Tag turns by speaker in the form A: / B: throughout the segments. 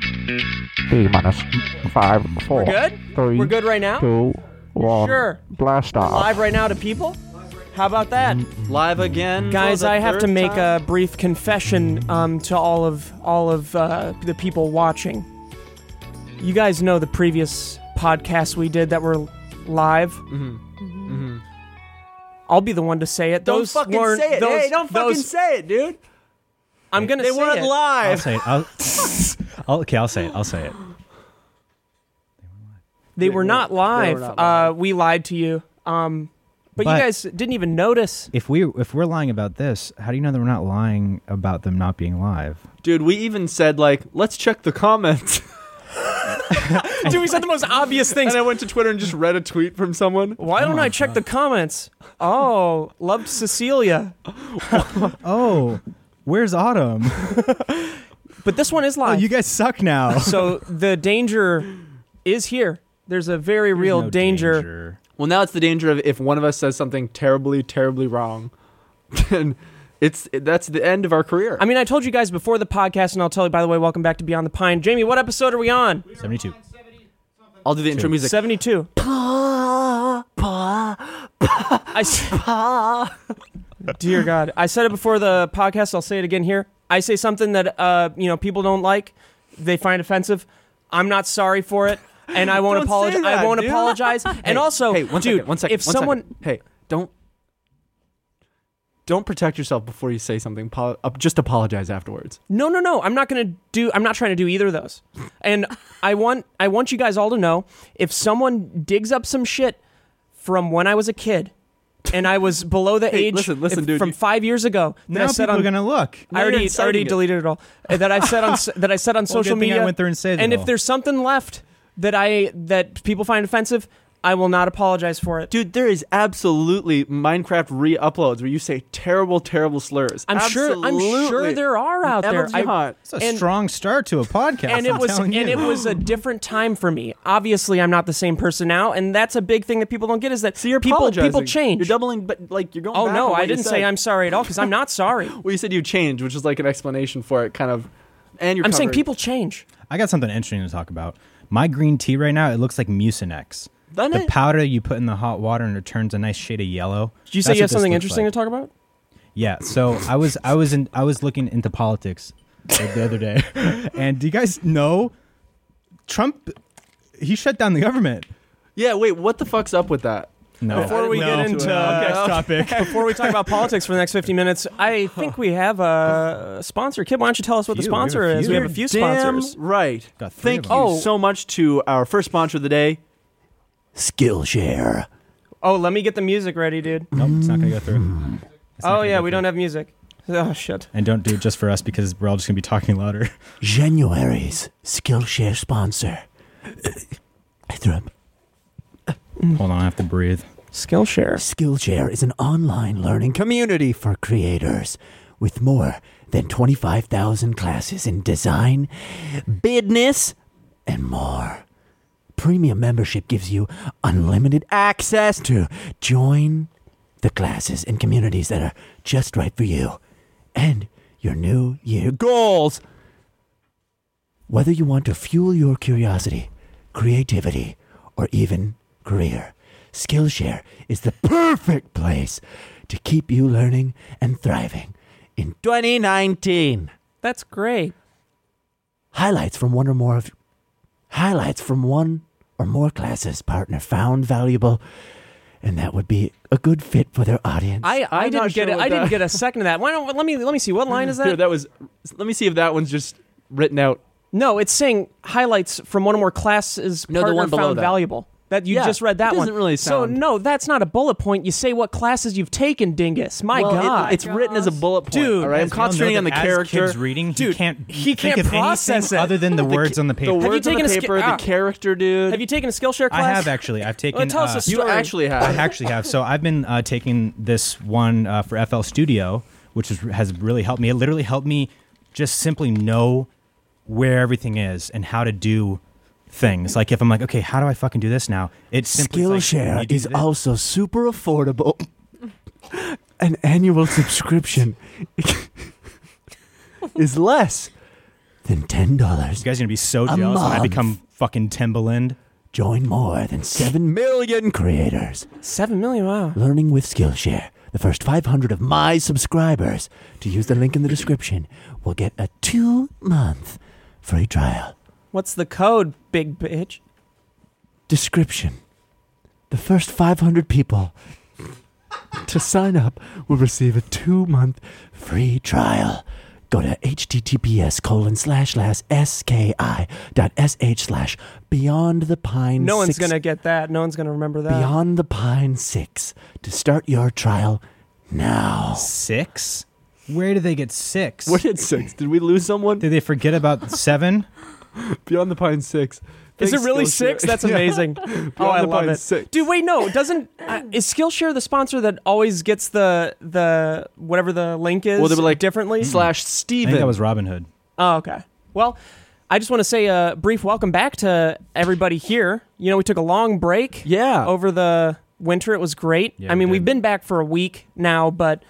A: D minus five, four,
B: We're good?
A: three,
B: We're good right now?
A: two, one.
B: Sure.
A: Blast off.
B: Live right now to people? How about that?
C: Live again,
B: Guys, I have to make a brief confession um, to all of all of uh, the people watching. You guys know the previous podcasts we did that were live. Mm-hmm. Mm-hmm. I'll be the one to say it.
C: Don't
B: those
C: fucking
B: weren't-
C: say it.
B: Those,
C: hey, don't fucking
B: those-
C: say it, dude.
B: I'm gonna
C: They
B: say
C: weren't
B: it.
D: I'll
C: live.
D: say it. I'll, I'll, okay, I'll say it. I'll say it.
B: They, were not live.
C: not
B: Uh, we lied to you. Um, but,
D: But-
B: you guys didn't even notice.
D: If we if we're lying about this, how do you know that we're not lying about them not being live?
C: Dude, we even said like, let's check the comments.
B: Dude, we said the most obvious things.
C: and I went to Twitter and just read a tweet from someone.
B: Why don't I check the comments? Oh, loved Cecilia.
D: Oh, where's Autumn?
B: But this one is
D: Oh,
B: live.
D: you guys suck now.
B: so the danger is here. There's a very real
D: No
B: danger.
C: Well, now it's the danger of if one of us says something terribly, terribly wrong, then it's that's the end of our career.
B: I mean, I told you guys before the podcast, and I'll tell you, by the way, welcome back to Beyond the Pine. Jamie, what episode are we on?
D: Seventy-two.
C: I'll do the intro music.
B: 72. I s- Dear God. I said it before the podcast. I'll say it again here. I say something that, uh, you know, people don't like, they find offensive. I'm not sorry for it. And I won't
C: Don't say
B: apologize. I
C: that,
B: won't
C: dude.
B: apologize.
C: Hey,
B: and also,
C: hey, one
B: dude,
C: second, one second,
B: if
C: one
B: someone,
C: second. hey, don't don't protect yourself before you say something. Apo- uh, just apologize afterwards.
B: No, no, no. I'm not gonna do. I'm not trying to do either of those. And I want, I want you guys all to know if someone digs up some shit from when I was a kid, and I was below the
C: Hey,
B: age,
C: listen, listen,
B: if-
C: dude,
B: from
C: you-
B: five years ago, that I
D: Now
B: said
D: people
B: on,
D: are gonna look.
B: I
C: you're
B: already, I
C: inciting
B: already
C: it.
B: deleted it all. Uh, That I said on, s- that I said on social
D: good thing I
B: media.
D: went through and said it
B: And if
D: all.
B: there's something left that I that people find offensive, I will not apologize for it.
C: Dude, there is absolutely Minecraft re-uploads where you say terrible, terrible slurs.
B: I'm sure. I'm sure
C: Absolutely.
B: there are out there.
C: Evan
B: I-
C: Jihad.
D: It's a
B: and-
D: strong start to a podcast.
B: and it
D: I'm
B: was
D: telling
B: and
D: you.
B: it was a different time for me. Obviously, I'm not the same person now, and that's a big thing that people don't get is that
C: So you're
B: people
C: apologizing.
B: people change.
C: You're doubling, but like you're going.
B: oh
C: back on
B: no,
C: what
B: I
C: you
B: didn't
C: said.
B: say I'm sorry at all because I'm not sorry.
C: Well, you said you changed, which is like an explanation for it, kind of. And you're.
B: I'm saying
C: covered.
B: people change.
D: I got something interesting to talk about. My green tea right now, it looks like Mucinex.
C: Doesn't
D: the
C: it?
D: powder you put in the hot water and it turns a nice shade of yellow.
B: Did you say you have something interesting to talk about?
D: Yeah. So I was I was in I was looking into politics like, the other day, and do you guys know Trump? He shut down the government.
C: Yeah. Wait. What the fuck's up with that?
D: No.
B: Before we
D: No.
B: get into uh,
D: No.
B: okay.
D: next topic,
B: Before we talk about politics for the next 50 minutes, I think we have a sponsor. Kid, why don't you tell us what the
D: Few, we have a
B: sponsor is? We
D: few.
B: have a few
C: Damn
B: sponsors.
C: right.
D: Got three
C: Thank
D: of
C: you
D: 'em.
B: Oh.
C: so much to our first sponsor of the day, Skillshare.
B: Oh, let me get the music ready, dude.
D: nope, it's not gonna go through. Hmm. It's not
B: Oh
D: gonna
B: yeah,
D: go
B: we
D: through.
B: don't have music. Oh shit.
D: And don't do it just for us because we're all just gonna be talking louder.
E: January's Skillshare sponsor. I threw up.
D: Hold on, I have to breathe.
B: Skillshare.
E: Skillshare is an online learning community for creators with more than 25,000 classes in design, business, and more. Premium membership gives you unlimited access to join the classes and communities that are just right for you and your new year goals. Whether you want to fuel your curiosity, creativity, or even career, Skillshare is the perfect place to keep you learning and thriving in 2019.
B: That's great.
E: Highlights from one or more of highlights from one or more classes partner found valuable and that would be a good fit for their audience.
B: I, I
C: I'm not
B: didn't get
C: sure
B: it.
C: what
B: I didn't
C: that-
B: get a second of that. Why don't let me let me see what line is that?
C: Here, that was. Let me see if that one's just written out.
B: no, it's saying highlights from one or more classes
C: No, the
B: partner
C: one below
B: found
C: that.
B: valuable. That you
C: Yeah,
B: just read that
C: it
B: one.
C: doesn't really sound-
B: So no, that's not a bullet point. You say what classes you've taken, dingus. My
C: Well, it-
B: God,
C: it's written as a bullet point.
B: Dude,
C: all right? I'm
B: guys, we all
C: concentrating on the character.
D: Kids reading, he
B: Dude,
D: can't.
B: he
D: think
B: can't
D: of anything
B: process it.
D: other than the, words on the
C: The
D: paper.
B: you
C: words on
B: taken a
C: the
B: sk-
C: paper,
B: ah.
C: the character, dude.
B: have you taken a Skillshare class?
D: I have actually. I've taken.
B: Well, tell us
D: uh,
B: a
C: You
B: story?
C: actually
D: I
C: have.
D: actually have. So I've been uh, taking this one uh, for FL Studio, which is, has really helped me. It literally helped me just simply know where everything is and how to do things. Like if I'm like, okay, how do I fucking do this now? It's simply it's like,
E: Skillshare
D: you do
E: is
D: this.
E: also super affordable. An annual subscription is less than
D: You
E: $10.
D: guys are gonna be so
E: A
D: jealous when I
E: month.
D: become fucking Timbaland.
E: Join more than 7 million creators
B: Seven million. Wow.
E: learning with Skillshare. The first 500 of my subscribers to use the link in the description will get a two month free trial.
B: What's the code, big bitch?
E: Description The first 500 people to sign up will receive a two month free trial. Go to https colon slash slash ski dot sh slash beyond the pine.
B: No one's
E: six-
B: gonna get that. No one's gonna remember that.
E: beyond the pine six to start your trial now.
D: Six? Where did they get six?
C: What did six? Did we lose someone?
D: Did they forget about seven?
C: Beyond the Pine six.
B: Is it
C: Thanks,
B: really
C: Skillshare.
B: six? That's amazing. oh, I
C: the
B: love
C: Pine
B: it.
C: six.
B: Dude, wait, no, doesn't uh, is Skillshare the sponsor that always gets the the whatever the link is?
C: Well, they were like,
B: differently.
C: slash
D: I
C: Steven.
D: think that was Robin Hood.
B: Oh, okay. Well, I just want to say a brief welcome back to everybody here. You know, we took a long break
C: yeah.
B: over the winter. It was great.
D: Yeah,
B: I
D: we
B: mean,
D: did.
B: we've been back for a week now, but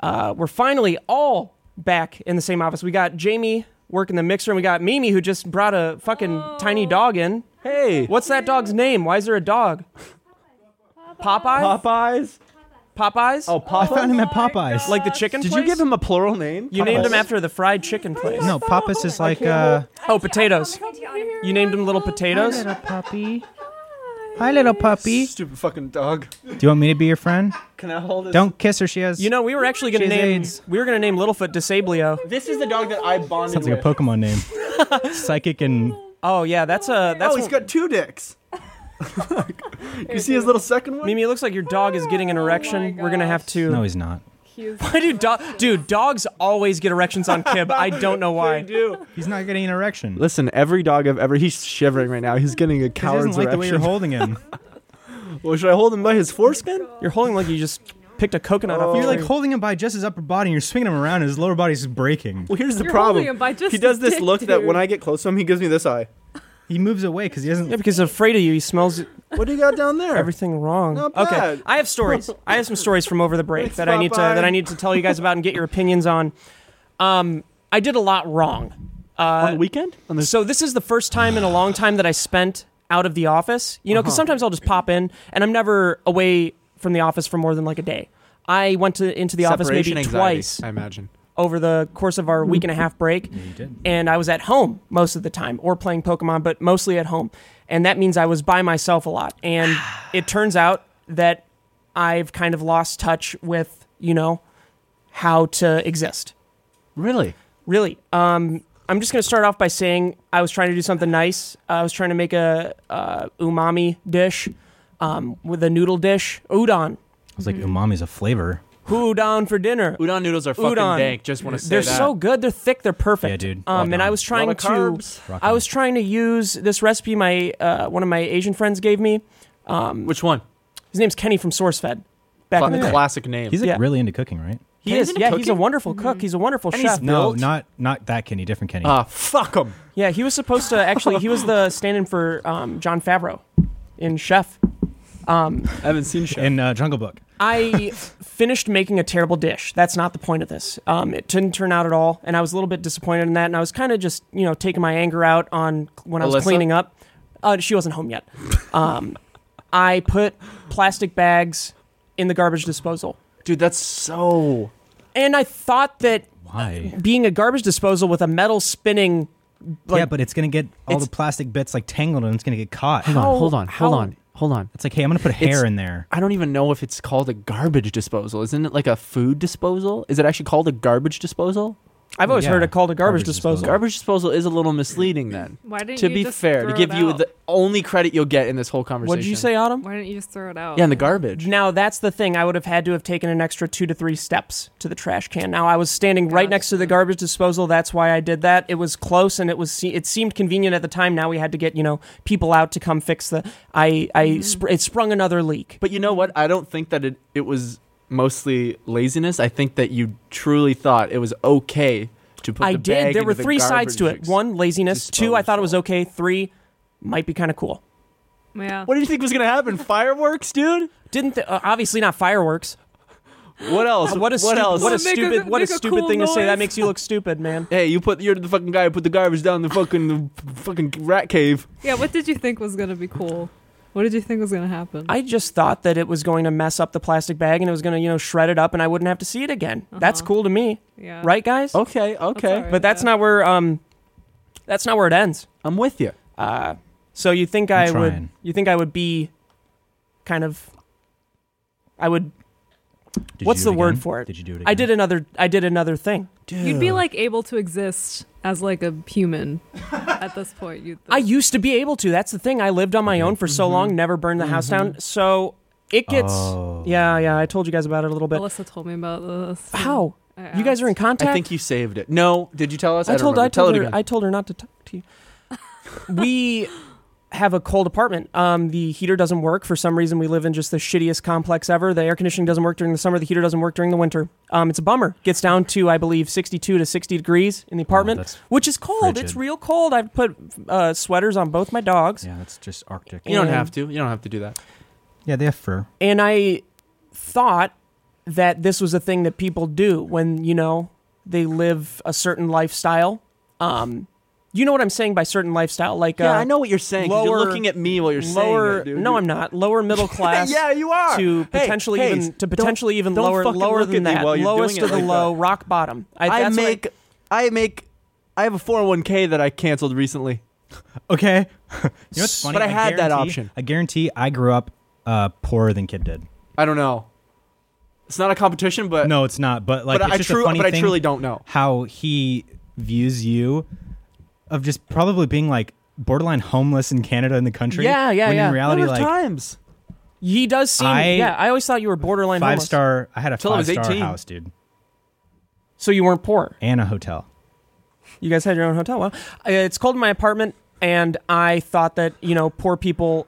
B: uh, we're finally all back in the same office. We got Jamie working the mixer, and we got Mimi who just brought a fucking tiny dog in.
C: Hey,
B: What's that dog's name? Why is there a dog? Popeye?
C: Popeyes?
B: Popeyes?
C: Oh,
D: I
C: Popeyes.
D: found him at Popeyes.
B: like the chicken
C: Did
B: place?
C: you give him a plural name?
B: You named
C: Popeyes.
B: him after the fried chicken place.
D: no, Popeyes is like uh,
B: Oh, potatoes. You named him Little Potatoes?
D: puppy. Hi, little puppy. Do
C: Stupid fucking dog.
D: you want me to be your friend?
C: Can I hold this?
D: Don't kiss her. She has.
B: You know, we were actually gonna
D: She has
B: name
D: AIDS.
B: we were gonna name Littlefoot Disablio.
C: This is the dog that I bonded
D: sounds like a
C: with.
D: Pokemon name. Psychic and
B: Oh yeah, that's a that's
C: oh, he's got two dicks. you see his little second one?
B: Mimi. It looks like your dog is getting an
C: Oh
B: erection.
F: my
B: we're gonna have
F: gosh.
B: to.
D: no, he's not.
B: Why do dog dude dogs always get erections on Kib? I don't know
C: They
B: why.
C: do.
D: He's not getting an erection.
C: Listen, every dog I've ever he's shivering right now. He's getting a
D: he doesn't
C: coward's
D: like the way you're
C: erection.
D: holding him.
C: well, should I hold him by his foreskin?
B: You're holding like you just picked a coconut off.
C: Oh.
B: a
D: You're like
B: tree.
D: holding him by just his upper body, and you're swinging him around, and his lower body's breaking.
C: Well, here's the
F: You're
C: problem.
F: holding him by just
C: he does
F: his
C: this
F: dick,
C: look that when
F: dude.
C: I get close to him, he gives me this eye.
D: He moves away because he doesn't.
B: yeah, because he's afraid of you. He smells
C: What do you got down there?
B: everything wrong.
C: Not bad.
B: Okay, I have stories. I have some stories from over the break
C: Thanks,
B: that I need to
C: Popeye.
B: that I need to tell you guys about and get your opinions on. Um, I did a lot wrong.
C: on the weekend? Uh, On the
B: So this is the first time in a long time that I spent out of the office. You know, because sometimes I'll just pop in, and I'm never away from the office for more than like a day. I went to into the office maybe twice
C: I imagine.
B: over the course of our week and a half break, and I was at home most of the time, or playing Pokemon, but mostly at home, and that means I was by myself a lot. And it turns out that I've kind of lost touch with you know how to exist
C: Really?
B: really um i'm just going to start off by saying i was trying to do something nice i was trying to make a uh, umami dish um, with a noodle dish udon
D: I was like, umami's a flavor.
B: udon for dinner
C: Udon noodles are
B: fucking Udon. dank,
C: Just want to say
B: they're so good they're thick they're perfect
D: Yeah, dude.
B: um,
D: Rock
B: and
D: on.
B: i was trying
C: Lot of
B: to
C: carbs.
D: Rock
B: i
D: on.
B: was trying to use this recipe my uh, one of my asian friends gave me
F: Mm.
C: Which one?
B: his name's kenny from sourcefed back in the day
C: Classic name.
D: He's like
B: Yeah.
D: really into cooking, right?
B: he
C: Kenny's
B: is
C: into
B: yeah he's a
C: cooking?
B: wonderful cook he's a wonderful
C: And he's
B: chef
D: No,
C: Built?
D: not not that Kenny. Different Kenny.
B: Oh,
C: Ah, fuck him.
B: yeah he was supposed to actually he was the stand-in for um, john favreau in chef
C: I haven't seen shit.
D: in uh, Jungle Book.
B: I finished making a terrible dish. That's not the point of this. Um, it didn't turn out at all, and I was a little bit disappointed in that. And I was kind of just, you know, taking my anger out on when I was
C: Alyssa?
B: cleaning up. Uh, she wasn't home yet. Um, I put plastic bags in the garbage disposal,
C: Dude, that's so.
B: and I thought that
D: Why?
B: being a garbage disposal with a metal spinning, like,
D: yeah, but it's gonna get all the
B: It's-
D: plastic bits like tangled and it's gonna get caught.
C: Hold on,
B: How-
C: hold on, hold
B: how-
C: on, hold on.
D: It's like, hey, I'm gonna put hair
C: It's-
D: in there.
C: I don't even know if it's called a garbage disposal. Isn't it like a food disposal? Is it actually called a garbage disposal?
B: I've always
D: Yeah.
B: heard it called a garbage,
D: Garbage
B: disposal.
D: disposal.
C: Garbage disposal is a little misleading then.
F: Why didn't
C: To
F: you
C: be
F: just
C: fair, to
F: throw
C: give
F: it
C: you
F: out?
C: the only credit you'll get in this whole conversation.
B: What did you say, Autumn?
F: Why didn't you just throw it out?
C: Yeah, in the garbage.
B: Now that's the thing. I would have had to have taken an extra two to three steps to the trash can. Now I was standing right next to the garbage disposal. That's why I did that. It was close and it was it seemed convenient at the time. Now we had to get you know people out to come fix the. I I sp- it sprung another leak.
C: But you know what? I don't think that it, it was mostly laziness. I think that you truly thought it was okay to put
B: I
C: the
B: did.
C: bag
B: There
C: into
B: were
C: the
B: three sides to
C: garbage
B: it. One laziness. Two I thought it was
C: disposal.
B: okay. Three might be kind of cool.
F: yeah.
C: What did you think was going to happen? Fireworks, dude?
B: Didn't th- uh, obviously not fireworks.
C: What else?
B: What a
C: Ah, what
B: stupid,
C: else?
B: what a
F: Make a-
B: stupid, what a
F: make a
B: stupid
F: cool
B: thing to say. That
F: noise.
B: makes you look stupid, man.
C: Hey, you put you're the fucking guy who put the garbage down the fucking the fucking rat cave.
F: Yeah, what did you think was gonna be cool? What did you think was gonna happen?
B: I just thought that it was going to mess up the plastic bag and it was going to, you know, shred it up and I wouldn't have to see it again. That's
F: Uh-huh.
B: cool to me,
F: yeah.
B: right, guys?
C: Okay, okay,
F: all right.
B: But that's
F: yeah.
B: not where um, that's not where it ends.
C: I'm with you.
B: Uh, so you think
D: I'm
B: I would?
D: trying.
B: You think I would be kind of? I would.
D: Did you
B: What's
D: do
B: the word
D: again?
B: for it?
D: Did you do it?
B: I
D: again?
B: did another. I did another thing.
F: You'd be like able to exist as like a human at this point. You'd
B: I used to be able to. That's the thing. I lived on my own for so long, never burned the house down. So it gets.
D: Oh.
B: Yeah, yeah. I told you guys about it a little bit.
F: Alyssa told me about this. and
B: How?
F: I
B: You guys are in
F: asked.
B: contact.
C: I think you saved it. No, did you tell us?
B: I
C: don't
B: told I
C: remember.
B: told
C: tell
B: her
C: it
B: I
C: again.
B: told her not to talk to you. we have a cold apartment. Um, the heater doesn't work for some reason. We live in just the shittiest complex ever. The air conditioning doesn't work during the summer. The heater doesn't work during the winter. Um, it's a bummer. Gets down to I believe sixty-two to sixty degrees in the apartment,
D: Oh, that's
B: which is cold. It's
D: frigid.
B: real cold. I've put uh, sweaters on both my dogs,
D: Yeah, that's just Arctic.
B: I-
C: you don't
B: Yeah.
C: have to. You don't have to do that.
D: Yeah, they have fur.
B: and I thought that this was a thing that people do when you know they live a certain lifestyle. Um, you know what I'm saying by certain lifestyle, like
C: Yeah,
B: uh,
C: I know what you're saying. 'cause
B: lower-
C: you're looking at me while you're
B: lower
C: saying it, dude.
B: no i'm not lower middle class
C: yeah, you are.
B: to
C: Hey,
B: potentially
C: hey,
B: even to
C: don't-
B: potentially even
C: don't
B: lower
C: fucking
B: lower
C: look at
B: than
C: me
B: that
C: while you're
B: lowest
C: doing it
B: of the
C: like
B: low
C: that.
B: rock bottom
C: I,
B: that's what
C: make I make I have a 401k that I canceled recently.
D: Okay. you know what's funny?
C: But I had that
D: guarantee-
C: option.
D: I guarantee I grew up uh, poorer than Kid did.
C: I don't know. It's not a competition, but
D: No, it's not. But like,
C: but
D: it's
C: I
D: just
C: true,
D: a funny
C: but I
D: thing
C: truly don't know.
D: how he views you, of just probably being like borderline homeless in Canada in the country.
B: Yeah, yeah,
D: when
B: yeah.
D: In reality,
C: Number of
D: like
C: times.
B: he does seem
D: I-
B: yeah i always thought you were borderline
D: five
B: homeless.
D: star. I had a
C: Till I
D: five
C: was
D: star
C: 18.
D: house, dude,
B: so you weren't poor
D: and a hotel.
B: you guys had your own hotel well uh, it's cold in my apartment and i thought that you know poor people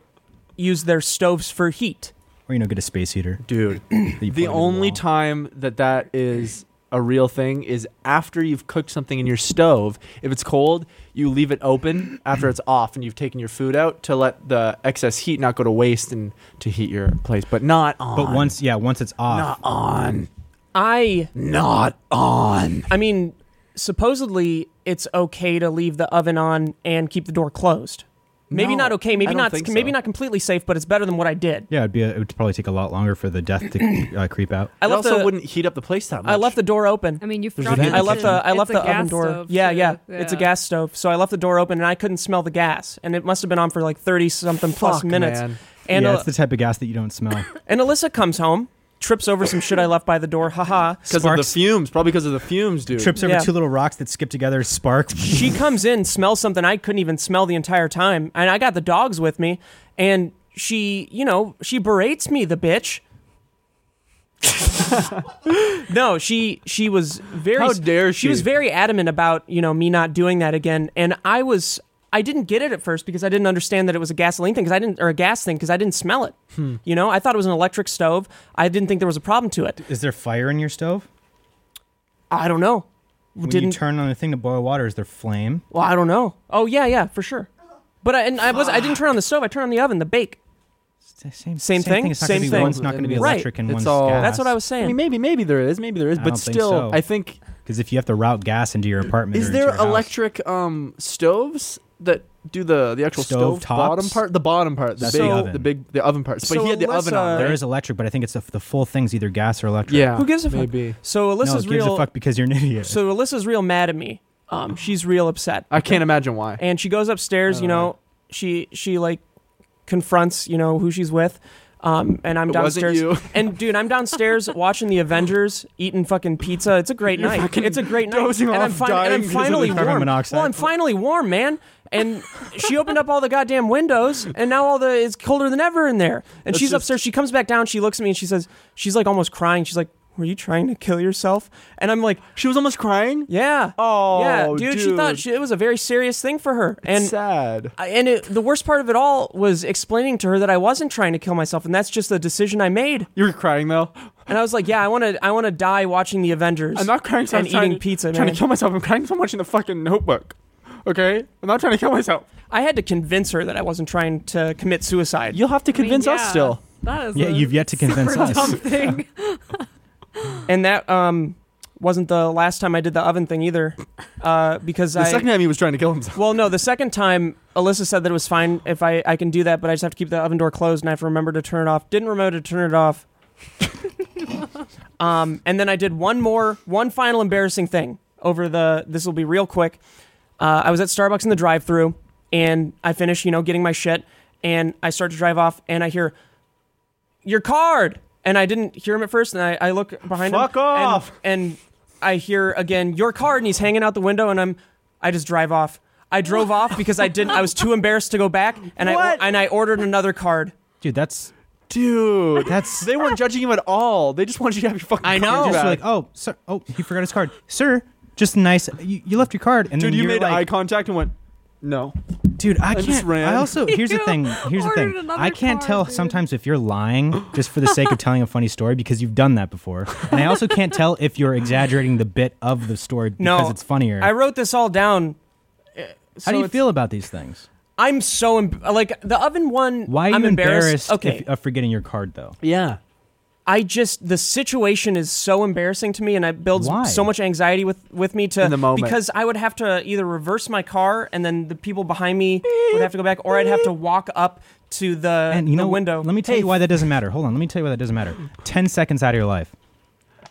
B: use their stoves for heat
D: Or you know, get a space heater.
C: Dude,
D: that you plug
C: the
D: into
C: only
D: wall.
C: time that that is a real thing is after you've cooked something in your stove. If it's cold, you leave it open after it's off and you've taken your food out to let the excess heat not go to waste and to heat your place, but not on.
D: But once, yeah, once it's off,
E: Not on.
B: i
E: Not on.
B: I mean, supposedly it's okay to leave the oven on and keep the door closed. Maybe
C: No,
B: not okay. Maybe
C: I don't
B: not.
C: think
B: Maybe
C: so.
B: not completely safe, but it's better than what I did.
D: yeah, it'd be. A, it would probably take a lot longer for the death to uh, creep out.
B: I
C: it
B: left
C: also
B: the
C: wouldn't heat up the place that much.
B: I left the door
F: I
B: open.
F: mean, you've
C: There's
F: dropped
C: a
F: it
C: vent
B: I left
F: in-
B: the I
F: it's
B: left
F: a
B: the oven
F: gas
B: door.
F: stove,
B: Yeah,
F: too.
B: yeah, It's a gas stove, so I left the door open and I couldn't smell the gas, and it must have been on for like thirty something plus
C: Fuck,
B: minutes.
C: man.
B: And
D: yeah,
B: uh,
D: it's the type of gas that you don't smell.
B: and Alyssa comes home, trips over some shit I left by the door. Haha.
C: because of the
D: Sparks.
C: fumes, probably because of the fumes, dude.
D: Trips over
B: Yeah.
D: two little rocks that skip together, spark.
B: she comes in, smells something I couldn't even smell the entire time, and I got the dogs with me, and she, you know, she berates me, the bitch. no, she she was very
C: How dare
B: she was
C: she.
B: very adamant about, you know, me not doing that again, and I was I didn't get it at first because I didn't understand that it was a gasoline thing because I didn't or a gas thing because I didn't smell it.
D: Hmm.
B: You know, I thought it was an electric stove. I didn't think there was a problem to it.
D: Is there fire in your stove?
B: I don't know.
D: When
B: didn't
D: you turn on the thing to boil water, is there flame?
B: Well, I don't know. Oh yeah, yeah, for sure. But I, and I was I didn't turn on the stove. I turned on the oven, the bake.
D: Same, same,
B: Same
D: thing.
B: thing,
D: It's not
B: same
D: gonna be
B: thing.
D: one's not going to be
B: Right.
D: electric and
C: It's
D: one's
C: all-
D: gas.
B: That's what I was
C: I
B: saying.
C: mean, maybe, maybe there is, maybe there is,
D: I
C: but
D: don't think
C: still,
D: so.
C: I think
D: Because if you have to route gas into your apartment,
C: Is
D: or into
C: there
D: your house-
C: electric um, stoves that do the the actual
D: Stove
C: stove,
D: tops?
C: bottom part? The bottom part, the
D: That's
C: big,
B: the
D: oven.
C: the big, the oven part. But
B: So
C: he had the oven on.
B: Alyssa-
C: Right?
D: There is electric, but I think it's the, the full thing's either gas or electric.
C: yeah.
B: Who gives a fuck?
C: Maybe.
B: So
D: no,
B: Alyssa's
D: it gives
B: real.
D: a fuck because you're an idiot.
B: So Alyssa's real mad at me. Um, she's real upset,
C: I can't imagine why.
B: and she goes upstairs. You know,
C: Uh-huh.
B: she she like confronts you know who she's with. Um, and I'm
C: It wasn't
B: downstairs.
C: you.
B: And dude, I'm downstairs watching the Avengers, eating fucking pizza. It's a great night. It's a great night.
C: dozing
B: and, I'm
C: off,
B: fin- and
C: dying
B: I'm
C: because of
B: finally
D: the carbon
B: warm.
D: monoxide.
B: Well, I'm finally warm, man. And she opened up all the goddamn windows, and now all the it's colder than ever in there. And
C: That's
B: she's
C: just-
B: upstairs. She comes back down. She looks at me and she says, she's like almost crying. She's like, "Were you trying to kill yourself?" And I'm like,
C: she was almost crying.
B: "Yeah,
C: Oh,
B: yeah, dude." She thought she, it was a very serious thing for her. And
C: sad.
B: I- and it, the worst part of it all was explaining to her that I wasn't trying to kill myself, and that's just a decision I made.
C: You were crying though.
B: And I was like, "Yeah, I want to. I want to die watching the Avengers.
C: I'm not crying. So
B: and
C: I'm trying
B: eating
C: to-
B: pizza,
C: Trying
B: man.
C: to kill myself. I'm crying so much in the fucking notebook. Okay, I'm not trying to kill myself.
B: I had to convince her that I wasn't trying to commit suicide.
C: You'll have to
F: I mean,
C: convince
F: yeah,
C: us still.
F: That is
D: Yeah,
F: a
D: you've yet to convince
F: super
D: us.
F: dumb thing.
B: and that um wasn't the last time I did the oven thing either, uh, because
C: The
B: I
C: second time he was trying to kill himself.
B: well no the second time Alyssa said that it was fine if I I can do that, but I just have to keep the oven door closed and I have to remember to turn it off. Didn't remember to turn it off. um, and then I did one more, one final embarrassing thing over the. This will be real quick. Uh, I was at Starbucks in the drive-through, and I finished, you know, getting my shit, and I start to drive off, and I hear your card. And I didn't hear him at first, and I, I look behind him.
C: Fuck off.
B: And, and I hear again, your card, and he's hanging out the window, and I'm, I just drive off. I drove off because I didn't, I was too embarrassed to go back, and
C: What?
B: I and I ordered another card.
D: dude. That's
C: Dude,
D: That's-
C: they weren't judging him at all. They just wanted you to have your fucking.
B: I know.
C: card
B: Just
C: back.
D: like, oh, sir, oh, he forgot his card, sir. Just nice. You, you left your card, and
C: dude,
D: then
C: you
D: you're
C: made
D: like,
C: eye contact and went, "No."
D: dude, I
C: just
D: can't.
C: ran.
D: I also here's the
F: You
D: thing. Here's the
F: ordered
D: thing.
F: another
D: I can't
F: card,
D: tell
F: dude.
D: sometimes if you're lying just for the sake of telling a funny story because you've done that before, and I also can't tell if you're exaggerating the bit of the story
B: No,
D: because it's funnier.
B: I wrote this all down. Uh,
D: How
B: so
D: do you
B: it's-
D: feel about these things?
B: I'm so em- like the oven one.
D: Why are you
B: I'm
D: embarrassed,
B: Okay,
D: if, uh, of forgetting your card though?
C: Yeah.
B: I just the situation is so embarrassing to me, and it builds
D: Why?
B: so much anxiety with with me to
C: In the moment.
B: because I would have to either reverse my car, and then the people behind me would have to go back, or I'd have to walk up to the,
D: And you
B: Uh, the
D: know,
B: window.
D: Let me tell
B: Hey,
D: you why that doesn't matter. Hold on. Let me tell you why that doesn't matter. Ten seconds out of your life,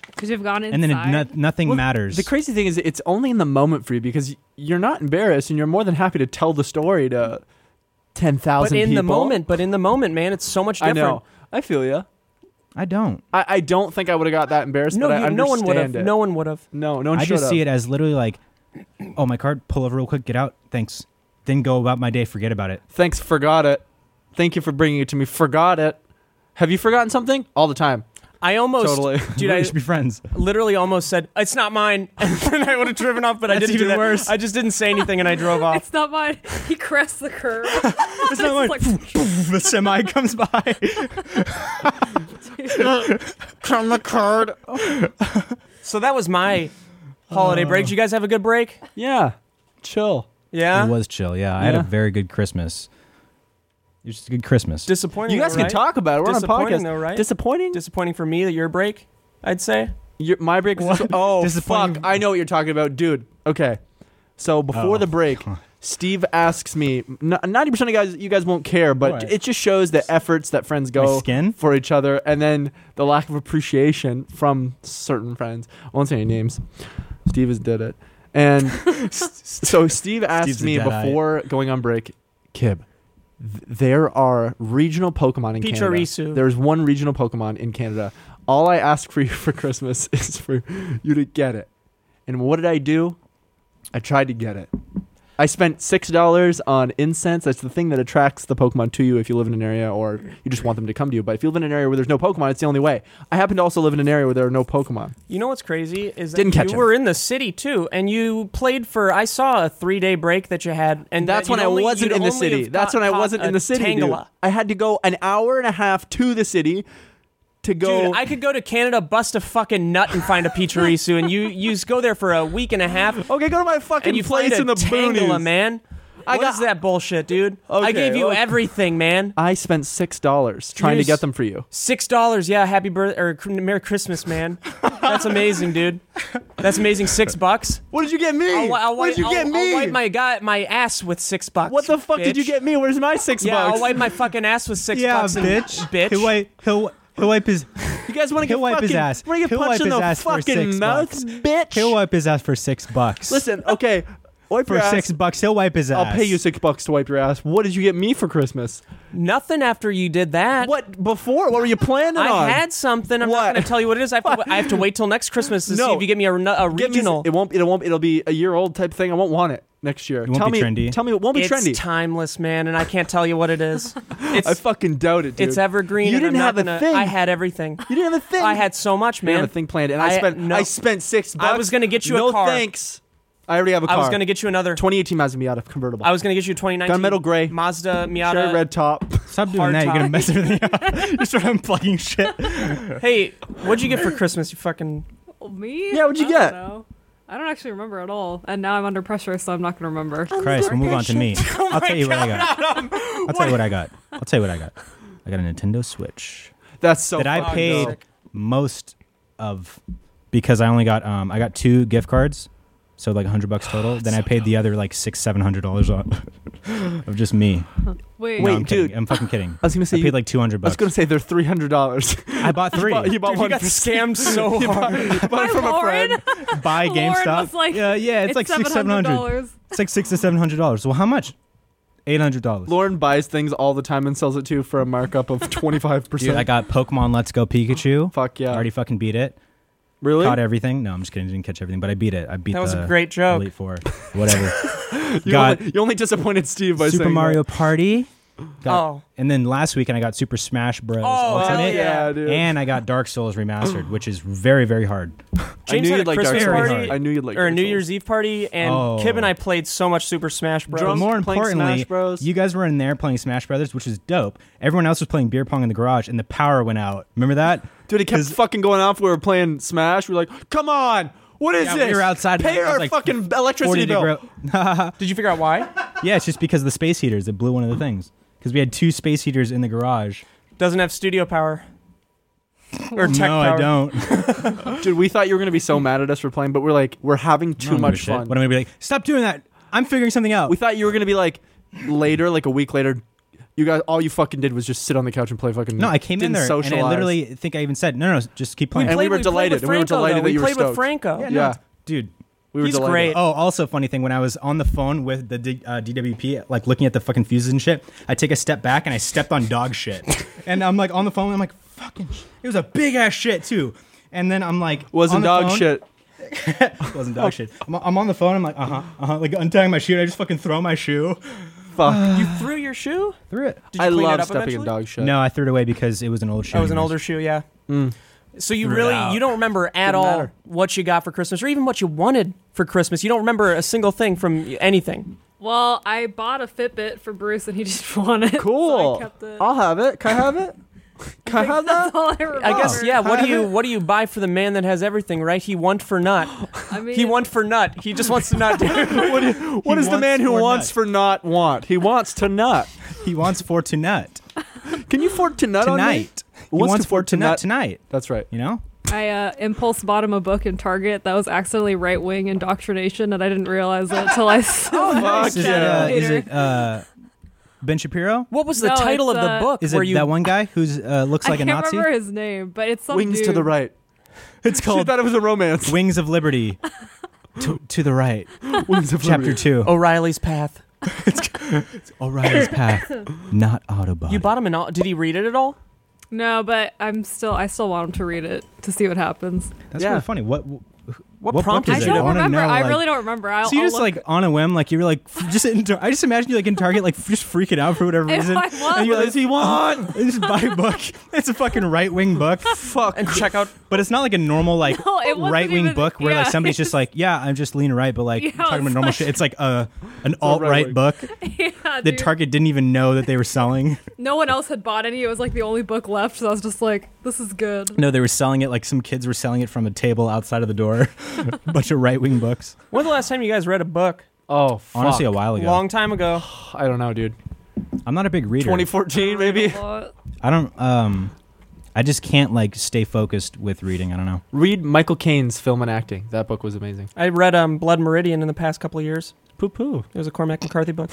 F: Because you've gone
D: and
F: inside.
D: then it, no, nothing
C: Well,
D: matters.
C: The crazy thing is, it's only in the moment for you because y- you're not embarrassed and you're more than happy to tell the story to ten
B: But
C: thousand.
B: in the moment, but in the moment, man, it's so much
C: I
B: different.
C: know. I feel you.
D: I don't.
C: I, I don't think I would have got that embarrassed.
B: No,
C: but I
B: you, no one would have.
C: understand it.
B: No one would have.
C: no, no one
D: I
C: should
D: just
C: have.
D: see it as literally like, oh, my card, pull over real quick, get out, thanks. Then go about my day, forget about it.
C: Thanks, forgot it. Thank you for bringing it to me. Forgot it. Have you forgotten something? All the time.
B: I almost,
C: Totally.
B: dude.
D: we
B: I
D: should be friends.
B: literally almost said it's not mine, and then I would have driven off. But I
D: That's
B: didn't do that.
D: even worse.
B: I just didn't say anything, and I drove off.
F: It's not mine. He crashed the curb.
D: It's not
F: like-
D: the semi comes by.
C: Come the card.
B: So that was my holiday break. Did you guys have a good break?
C: Yeah. Chill.
B: Yeah.
D: It was chill. Yeah, I had
C: Yeah.
D: a very good Christmas. It was just a good Christmas.
B: disappointing.
C: You guys
B: though,
C: can
B: right?
C: talk about it. We're on a
B: Disappointing
C: podcast.
B: though, right?
C: Disappointing?
B: Disappointing for me that your break, I'd say.
C: Your, my break was dis- oh fuck!
D: Disappointing-
C: I know what you're talking about, dude. Okay, so before
D: Oh.
C: the break, Steve asks me. Ninety percent of guys, you guys won't care, but
D: Right.
C: it just shows the efforts that friends go
D: My skin?
C: for each other, and then the lack of appreciation from certain friends. I won't say any names. Steve has did it, and s- so Steve asked
D: Steve's a
C: me
D: Jedi.
C: before going on break, Kib. th- There are regional Pokemon in Canada.
B: Pichirisu.
C: There's one regional Pokemon in Canada. All I ask for you for Christmas is for you to get it. And what did I do? I tried to get it. I spent six dollars on incense. That's the thing that attracts the Pokemon to you if you live in an area or you just want them to come to you. But if you live in an area where there's no Pokemon, it's the only way. I happen to also live in an area where there are no Pokemon.
B: You know what's crazy is that
C: Didn't catch
B: you
C: him.
B: were in the city too, and you played for. I saw a three-day break that you had, and
C: That's
B: that you'd
C: when I
B: only-
C: wasn't
B: you'd
C: in the
B: only
C: city.
B: have
C: That's
B: got-
C: when I
B: caught
C: wasn't
B: a
C: in the city. dude.
B: Tangela.
C: I had to go an hour and a half to the city to go.
B: Dude, I could go to Canada, bust a fucking nut, and find a Pichirisu, and you you just go there for a week and a half,
C: okay, go to my fucking
B: and you played
C: place
B: a
C: in the boonies.
B: Tangela, uh, man. I
C: What
B: got
C: is
B: that bullshit, dude. I
C: Okay,
B: gave you
C: okay.
B: everything, man.
C: I spent six dollars trying to
B: Yes.
C: get them for you.
B: Six dollars, yeah. Happy birth or cr- Merry Christmas, man. That's amazing, dude. That's amazing. Six bucks.
C: What did you get me?
B: I'll, I'll
C: what
B: wipe,
C: did you
B: I'll-
C: get
B: I'll
C: me?
B: wipe my guy, my ass with six bucks.
C: what the fuck did you
B: bitch.
C: get me? Where's my six
B: Yeah,
C: bucks?
B: I'll wipe my fucking ass with six
D: yeah,
B: bucks. and-
D: bitch.
B: bitch.
D: He'll wipe. He'll, he'll wipe his.
C: you guys want to get
D: He'll wipe
C: fucking,
D: his ass.
C: Wanna get
D: He'll
C: punched
D: wipe
C: in
D: his
C: the
D: ass for
C: fucking
D: six
C: mouth,
D: bucks.
C: bitch?
D: He'll wipe his ass for six bucks.
C: Listen, okay, wipe
D: for
C: your ass.
D: six bucks, he'll wipe his
C: I'll
D: ass.
C: pay you six bucks to wipe your ass. What did you get me for Christmas?
B: Nothing after you did that.
C: What before? What were you planning on?
B: I had something. I'm
C: What?
B: not gonna tell you what it is. I have, to,
C: What?
B: I have to wait till next Christmas to
C: No.
B: see if you get me a, a
C: Get me-
B: regional.
C: it won't. It won't. It'll be a year old type thing. I won't want it next year.
D: won't
C: tell
D: be
C: me.
D: trendy.
C: Tell me. It won't be
B: it's
C: trendy.
B: timeless, man, and I can't tell you what it is. It's
C: I fucking doubt it, dude.
B: it's evergreen.
C: You
B: and
C: didn't
B: I'm not
C: have
B: gonna-
C: a thing.
B: I had everything.
C: You didn't have a thing.
B: I had so much,
C: I
B: man.
C: have a thing planned, and I,
B: I-
C: spent
B: no.
C: I spent six bucks.
B: I was gonna get you a
C: no
B: car.
C: thanks. I already have a car.
B: I was gonna get you another.
C: 2018 Mazda Miata convertible.
B: I was gonna get you a 2019
C: Gunmetal gray.
B: Mazda Miata.
C: cherry red top.
D: Stop doing
B: Hard
D: that. You're gonna
B: time.
D: mess everything up. you start unplugging shit.
B: Hey, what'd you get for Christmas? You fucking.
F: Me?
C: Yeah, what'd you
F: I don't
C: get?
F: know. I don't actually remember at all. And now I'm under pressure, so I'm not going to remember.
D: Christ, we'll move on to me. I'll tell you Oh what I got. I'll tell you what I got. I'll tell you what I got. I got a Nintendo Switch
C: That's so.
D: that I
C: fucking
D: paid
C: dope.
D: most of because I only got um I got two gift cards, so like hundred bucks total. then I paid the other like six seven hundred dollars of just me.
F: Wait,
D: No,
C: Wait,
D: I'm kidding.
C: dude.
D: I'm fucking kidding.
C: I was gonna
D: I
C: say you,
D: paid like two hundred
C: I was
D: bucks.
C: gonna say they're three hundred dollars.
D: I bought three.
C: you bought
B: Dude,
C: one
B: you got
C: for-
B: scammed so
C: you bought,
B: hard.
C: you bought it from a
F: Lauren.
C: friend.
D: Buy
F: Lauren
D: GameStop.
F: was like,
D: yeah, yeah. It's, like six seven hundred.
F: $700.
D: It's like six to seven hundred dollars. Well, how much? Eight hundred dollars.
C: Lauren buys things all the time and sells it to you for a markup of twenty five
D: Dude, I
C: percent.
D: got Pokemon Let's Go Pikachu.
C: Fuck yeah!
D: I already fucking beat it.
C: really?
D: Caught everything. No, I'm just kidding. I didn't catch everything, but I beat it. I beat
B: That was
D: the
B: a great joke.
D: Elite Four. Whatever.
C: you,
D: got-
C: only, you only disappointed Steve by
D: Super
C: saying
D: Mario Party. Got-
B: Oh,
D: And then last weekend I got Super Smash Bros.
B: Oh,
C: That.
B: hell
C: Hell
D: Ultimate.
C: yeah,
B: yeah.
C: dude!
D: And I got Dark Souls Remastered, which is very, very hard.
C: I
B: James had
C: knew
B: a
C: you'd like Dark
B: Christmas
D: Souls. Very
B: party
D: hard.
C: I knew you'd like
B: or a
C: Dark
B: New
C: Souls.
B: Year's Eve party, and
D: Oh.
B: Kib and I played so much Super Smash Bros.
D: But more
C: playing
D: importantly,
C: Smash Bros.
D: you guys were in there playing Smash Brothers, which is dope. Everyone else was playing beer pong in the garage, and the power went out. Remember that?
C: Dude, it kept
D: 'Cause-
C: fucking going off. We were playing Smash. We were like, come on. What is
D: Yeah, we
C: this?
D: were outside,
C: Pay
D: it was
C: our
D: like
C: fucking electricity bill.
D: degree.
B: Did you figure out why?
D: yeah, it's just because of the space heaters. It blew one of the things. Because we had two space heaters in the garage.
B: Doesn't have studio power or tech
D: no,
B: power.
D: I don't.
C: Dude, we thought you were going to be so mad at us for playing, but we're like, we're having
D: I
C: too
D: don't give a
C: much
D: shit.
C: fun.
D: What am I gonna be like? Stop doing that. I'm figuring something out.
C: we thought you were going to be like, later, like a week later, you guys, all you fucking did was just sit on the couch and play fucking.
D: no, I came in
C: didn't
D: there and I
C: socialize.
D: literally think I even said, "No, no, no just keep
B: We
D: playing."
C: And
B: played,
C: we were
B: played
C: delighted.
B: with
C: We were
B: Franco,
C: delighted
B: though.
C: that you
B: we
C: were
B: played
C: stoked.
B: with Franco.
D: Yeah, no,
C: Yeah.
D: dude.
C: We were
B: He's
C: delighted.
B: great.
D: Oh, also funny thing when I was on the phone with the D, uh, DWP, like looking at the fucking fuses and shit, I take a step back and I stepped on dog shit, and I'm like on the phone, and I'm like, "Fucking, sh-. it was a big ass shit too." And then I'm like, on
C: Wasn't
D: the
C: dog
D: phone-
C: shit.
D: It wasn't dog shit. I'm, I'm on the phone. I'm like, uh huh, uh huh, like untying my shoe. And I just fucking throw my shoe.
C: Fuck.
B: You threw your shoe?
D: Threw it.
B: Did you
C: I
B: clean it
C: love
B: up
C: stepping
B: eventually?
C: in dog shit.
D: No, I threw it away because it was an old shoe.
B: That was an
D: anyways.
B: older shoe, yeah.
C: Mm.
B: So you
D: Threw it
B: really
D: out.
B: you don't remember at
C: Didn't
B: all
C: matter.
B: what you got for Christmas or even what you wanted for Christmas. You don't remember a single thing from anything.
F: Well, I bought a Fitbit for Bruce and he didn't want it. So
C: Cool.
F: I kept it.
C: I'll have it. Can I have it? Can I have that?
F: That's all I remember.
B: I guess yeah, what do you
C: Haven't-
B: what do you buy for the man that has everything, right? He want for nut.
F: I mean,
B: He want for nut. He just wants to not do
C: What, do- what
D: He
C: is the
D: wants
C: man who
D: for
C: wants
D: nut.
C: for not want? He wants to nut.
D: He wants for tonight.
C: Can you afford to nut on me?
D: Tonight. He
C: Wants to
D: wants for
C: fortune
D: tonight.
C: nut.
D: Tonight.
C: That's right.
D: You know.
F: I uh, impulse bought him a book in Target that was accidentally right wing indoctrination, and I didn't realize it until I saw
C: Fuck
D: Is it,
C: yeah.
D: uh, is it uh, Ben Shapiro?
B: What was the
F: No,
B: title of
F: it's,
B: the
F: uh,
B: book
D: Is
B: where
D: it
B: you
D: that one guy who's uh, looks
F: I
D: like a
F: can't
D: Nazi?
F: remember his name, but it's some
C: Wings to
F: dude.
C: the right.
D: It's
C: She
D: called
C: thought it was a romance.
D: Wings of Liberty. to, to the right,
C: Wings of
D: chapter two.
B: O'Reilly's Path?
D: O'Reilly's path, not Autobot.
B: You bought him an all did he read it at all?
F: No, but I'm still. I still want him to read it to see what happens.
D: That's
C: Yeah.
D: really funny. What?
B: What,
D: What
B: prompted
D: book
F: I
D: is
B: you
D: it?
B: to
F: don't
D: I wanna
F: remember.
D: know,
F: I
D: like-
F: really don't remember. I'll,
D: so you
F: I'll
D: just
F: look-
D: like on a whim, like you're like f- just in. Tar- I just imagine you like in Target, like f- just freaking out for whatever
F: If
D: reason.
F: I
D: And you're like,
F: was.
D: "Does he want?" And just buy a book. It's a fucking right wing book,
C: Fuck.
B: and check out
D: but it's not like a normal like
F: No, it wasn't
D: right wing
F: even-
D: book where like
F: yeah,
D: somebody's just like, "Yeah, I'm just leaning right," but like
F: Yeah,
D: talking about
F: it's
D: normal
F: like-
D: shit. It's like a an alt right
C: right-wing.
D: book
F: yeah,
D: that
F: dude.
D: Target didn't even know that they were selling.
F: no one else had bought any. It was like the only book left, so I was just like, "This is good."
D: No, they were selling it like some kids were selling it from a table outside of the door. a bunch of right wing books.
B: When's the last time you guys read a book?
C: Oh, fuck.
D: Honestly, a while ago.
B: Long time ago.
C: I don't know, dude.
D: I'm not a big reader.
C: 2014, maybe.
F: What?
D: I don't. Um, I just can't like stay focused with reading. I don't know.
C: Read Michael Caine's film and acting. That book was amazing.
B: I read um, Blood Meridian in the past couple of years.
D: Poo poo.
B: It was a Cormac McCarthy book.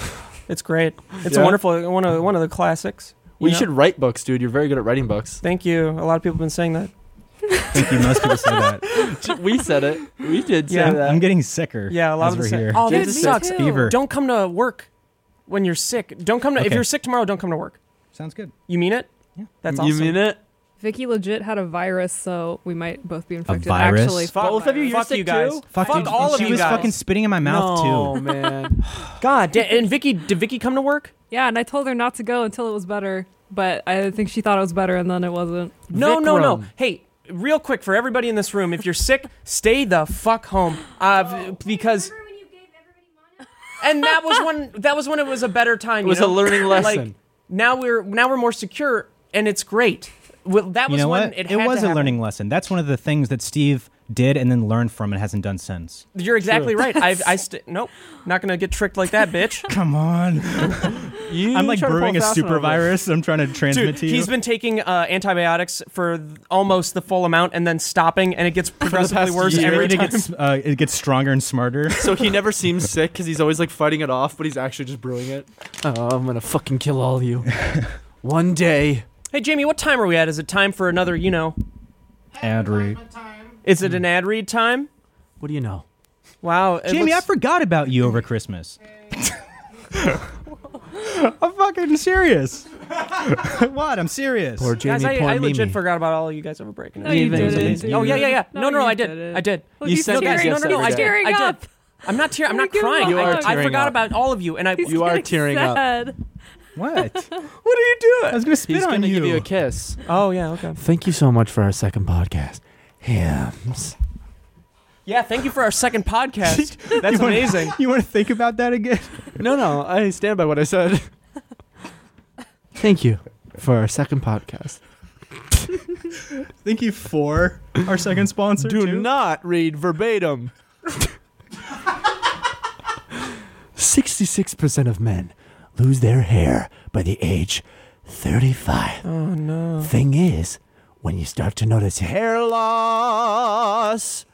B: It's great. It's
C: Yeah?
B: a wonderful one of one of the classics.
C: Well, you
B: know?
C: should write books, dude. You're very good at writing books.
B: Thank you. A lot of people have been saying that.
D: Thank you. Most people say that.
C: we said it. We did say
B: Yeah.
C: that.
D: I'm getting sicker.
B: Yeah, a lot
D: as
B: of
D: we're
B: them say,
D: here.
B: "Oh,
F: Dude,
B: that
F: me
B: sucks."
F: too.
D: Fever.
B: Don't come to work when you're sick. Don't come to if
D: Okay.
B: you're sick tomorrow. Don't come to work.
D: Sounds good.
B: You mean it?
D: Yeah.
B: That's awesome.
C: You mean it?
F: Vicky legit had a virus, so we might both be infected.
D: virus?
F: Actually,
B: Fuck,
C: Both of you, you're
B: fuck
C: sick
B: you guys.
C: too?
D: Fuck,
B: Fuck
D: dude,
B: all
D: and
B: of
D: she
B: you
D: was
B: guys.
D: fucking spitting in my mouth
C: no,
D: too.
C: man.
B: God damn. And Vicky, did Vicky come to work?
F: yeah, and I told her not to go until it was better, but I think she thought it was better, and then it wasn't.
B: No,
C: Vic
B: no, no.
C: Rome.
B: Hey, real quick for everybody in this room, if you're sick, stay the fuck home. Uh, v- because and that was when that was when it was a better time.
C: It was
B: you know?
C: a learning
B: Like
C: lesson.
B: now we're now we're more secure, and it's great. Well, that
D: You
B: was
D: know
B: when
D: what?
B: it,
D: It,
B: had
D: was
B: to
D: a
B: happen.
D: learning lesson. That's one of the things that Steve did and then learned from and hasn't done since.
B: You're exactly right. I I st- nope, not gonna get tricked like that, bitch.
D: Come on.
C: You
D: I'm like
C: try to pull
D: brewing a
C: fast one
D: super
C: over there.
D: virus. I'm trying to transmit
B: Dude,
D: to you.
B: he's been taking uh, antibiotics for th- almost the full amount and then stopping, and it gets progressively
C: past
B: worse
C: year.
B: every
D: and it
B: time.
D: gets uh, it gets stronger and smarter.
C: So he never seems sick because he's always like fighting it off, but he's actually just brewing it. Oh, I'm gonna fucking kill all of you. One day.
B: Hey, Jamie, what time are we at? Is it time for another, you know,
D: Ad read.
B: is it an ad read time?
C: What do you know?
B: Wow. it
D: Jamie,
B: looks-
D: I forgot about you over Christmas. I'm fucking serious. what? I'm serious.
C: Poor Jamie,
B: Guys, I,
C: poor
B: I
C: Mimi.
B: legit forgot about all you guys over breaking up.
F: No, you
C: Even-
F: didn't.
C: even-
B: Oh yeah, yeah, yeah.
F: No,
B: No, no, no,
F: you
B: I did.
F: didn't.
B: I did.
F: Look,
C: You
F: he's
C: sent me
F: tearing,
C: gifts
F: no, no, no,
C: every
F: I
C: day.
F: tearing
B: I did.
F: up.
B: I'm not tearing. I'm
F: Look
B: not
F: at
B: crying.
F: You are
B: I, I
C: tearing
B: forgot
C: up.
B: about all of you, and I.
F: He's
C: You are
F: getting
C: tearing up.
F: sad.
D: What?
B: what are you
D: I
B: doing?
D: was gonna spit
C: He's
D: on
C: gonna
D: you.
C: give you a kiss.
B: Oh yeah, okay.
E: Thank you so much for our second podcast. Hams.
B: Yeah, thank you for our second podcast. That's
D: You wanna-
B: amazing.
D: you want to think about that again?
C: No, no, I stand by what I said. Thank you for our second podcast.
D: Thank you for our second sponsor.
C: Do
D: too.
C: not read verbatim.
E: 66% of men lose their hair by the age 35.
B: Oh no.
E: Thing is, when you start to notice hair loss,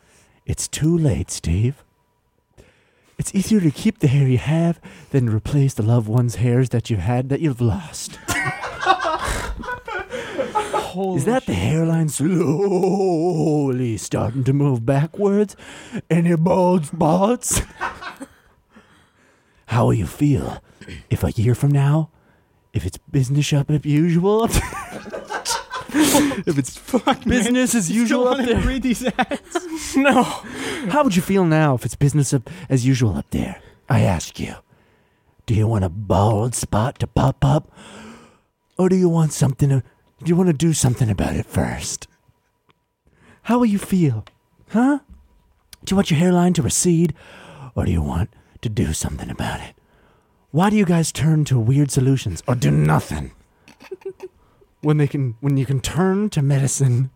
E: it's too late, Steve. It's easier to keep the hair you have than replace the loved one's hairs that you had that you've lost. Is that the hairline slowly starting to move backwards? Any bald spots? How will you feel if a year from now, if it's business up as usual, if it's
D: Fuck, man.
E: business as
D: You still
E: usual up
D: wanted to
E: there?
D: read these ads.
B: No.
E: How would you feel now if it's business up as usual up there? I ask you. Do you want a bald spot to pop up? Or do you want something to, do you want to do something about it first? How will you feel? Huh? Do you want your hairline to recede? Or do you want to do something about it? Why do you guys turn to weird solutions or do nothing? when they can when you can turn to medicine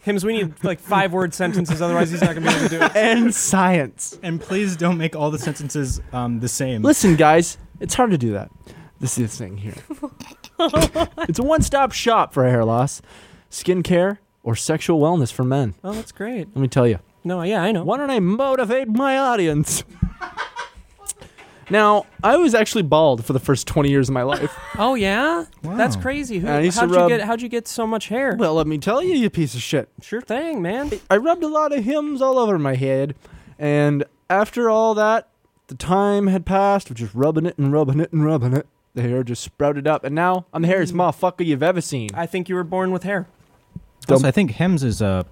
B: Hims, we need like five word sentences, otherwise he's not gonna be able to do it.
C: And science.
D: And please don't make all the sentences um, the same.
C: Listen, guys, it's hard to do that. This is the thing here. it's a one-stop shop for hair loss, skincare, or sexual wellness for men.
B: Oh, that's great.
C: Let me tell you.
B: No, yeah, I know.
C: Why don't I motivate my audience? now, I was actually bald for the first 20 years of my life.
B: Oh yeah,
D: Wow.
B: that's crazy. Who,
C: I used to
B: how'd
C: rub-
B: you get? How'd you get so much hair?
C: well, let me tell you, you piece of shit.
B: sure thing, man.
C: I rubbed a lot of hymns all over my head, and after all that, the time had passed of just rubbing it and rubbing it and rubbing it. The hair just sprouted up, and now I'm the hairiest motherfucker you've ever seen.
B: I think you were born with hair.
D: also, I think Hems is uh,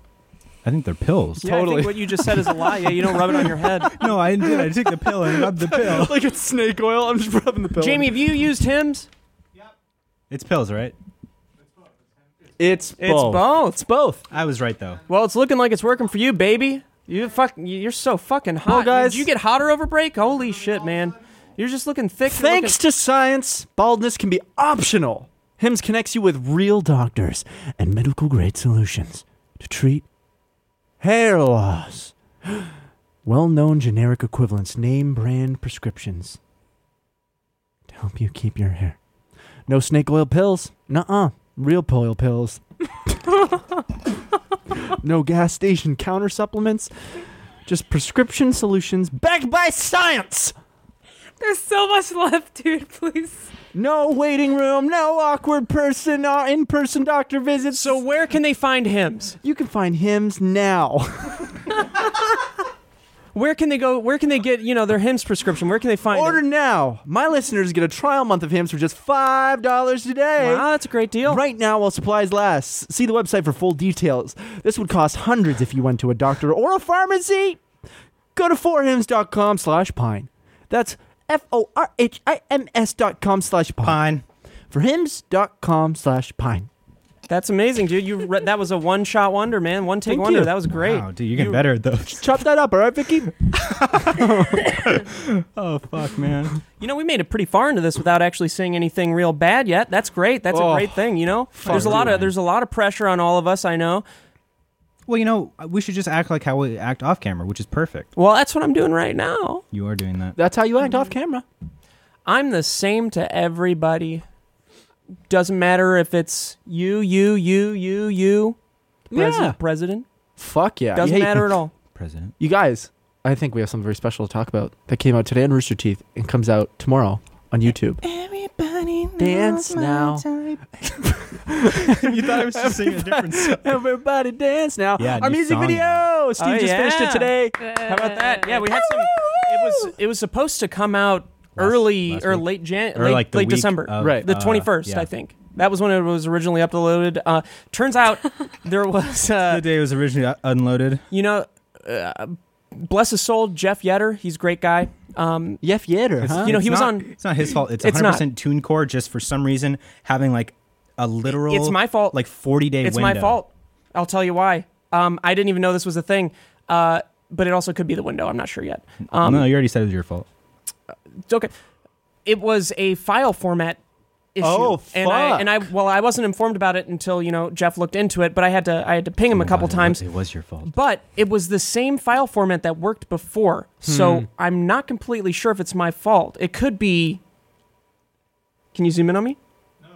D: I think they're pills.
B: Yeah, I
C: Totally.
B: think what you just said is a lie. Yeah, you don't rub it on your head.
D: no, I did. I took the pill and rubbed the pill.
C: like it's snake oil. I'm just rubbing the pillow.
B: Jamie, have you used Hims?
D: It's pills, right?
B: It's
C: it's both.
B: both.
C: It's both.
D: I was right though.
B: Well, it's looking like it's working for you, baby. You fuck. You're so fucking hot.
C: Well, guys-
B: Did you get hotter over break? Holy shit, man. You're just looking thick. You're
C: Thanks to science, baldness can be optional. Hims connects you with real doctors.
E: doctors and medical grade solutions to treat hair loss. Well known generic equivalents, name brand prescriptions to help you keep your hair. No snake oil pills. Nuh uh. Real oil pills.
C: No gas station counter supplements. Just prescription solutions backed by science.
F: There's so much left, dude. Please.
C: No waiting room, no awkward person or in-person doctor visits.
B: So where can they find Hims?
C: you can find Hims now.
B: Where can they go? Where can they get you know their Hims prescription? Where can they find?
C: Order
B: it?
C: now. My listeners get a trial month of Hims for just five dollars today.
B: Wow, that's a great deal.
C: Right now, while supplies last, see the website for full details. This would cost hundreds if you went to a doctor or a pharmacy. Go to forhims.com slash pine. That's F-O-R-H-I-M-S dot com slash pine.
D: Pine.
C: Forhims.com slash pine.
B: That's amazing, dude. You re- that was a one shot wonder, man. One take
C: Thank
B: wonder.
C: you.
B: That was great.
D: Wow, dude, you're getting better at those.
C: Chop that up, all right, Vicky?
D: Oh fuck, man.
B: You know, we made it pretty far into this without actually saying anything real bad yet. That's great. That's
C: Oh,
B: a great thing. You know, there's a lot
D: you,
B: of there's a lot of pressure on all of us. I know.
D: Well, you know, we should just act like how we act off camera, which is perfect.
B: Well, that's what I'm doing right now.
D: You are doing that.
C: That's how you act off camera.
B: I'm the same to everybody. Doesn't matter if it's you, you, you, you, you, pres-
C: Yeah.
B: president.
C: Fuck yeah.
B: Doesn't
C: Hey,
B: matter at all.
D: President.
C: You guys, I think we have something very special to talk about that came out today on Rooster Teeth and comes out tomorrow on YouTube.
B: Everybody
C: Dance now.
D: you thought I was just singing a different song.
C: Everybody dance now.
D: Yeah,
C: Our
D: new
C: music
D: song.
C: video. Steve
B: Oh,
C: just finished
B: yeah.
C: it today.
B: How about that? Yeah, we had some. It was it was supposed to come out
D: Last-
B: early
D: last
B: or
D: week.
B: late Jan,
D: Or
B: late,
D: like the
B: late
D: week
B: December,
D: of,
C: Right.
B: the
D: uh,
B: twenty first,
D: yeah.
B: I think. That was when it was originally uploaded. Uh, turns out there was uh,
D: The day it was originally u- unloaded.
B: You know, uh, bless his soul, Jeff Yetter. He's a great guy. Um,
C: Yef Yetter,
D: It's-
C: huh?
B: you know, he was
D: not-
B: on-
D: It's not his fault. It's,
B: It's
D: 100%
B: not.
D: TuneCore just for some reason having like a literal.
B: it's my fault.
D: like 40 day
B: it's
D: window.
B: my fault. I'll tell you why. Um, I didn't even know this was a thing. Uh, but it also could be the window. I'm not sure yet. Um,
D: no, you already said it was your fault.
B: It's okay. It was a file format issue.
C: Oh,
B: And I,
C: fuck.
B: and I well, I wasn't informed about it until you know Jeff looked into it. But I had to I had to ping him
C: Oh,
B: a couple
D: It was-
B: times.
D: It was your fault.
B: But it was the same file format that worked before.
C: Hmm.
B: So I'm not completely sure if it's my fault. It could be. Can you zoom in on me? No.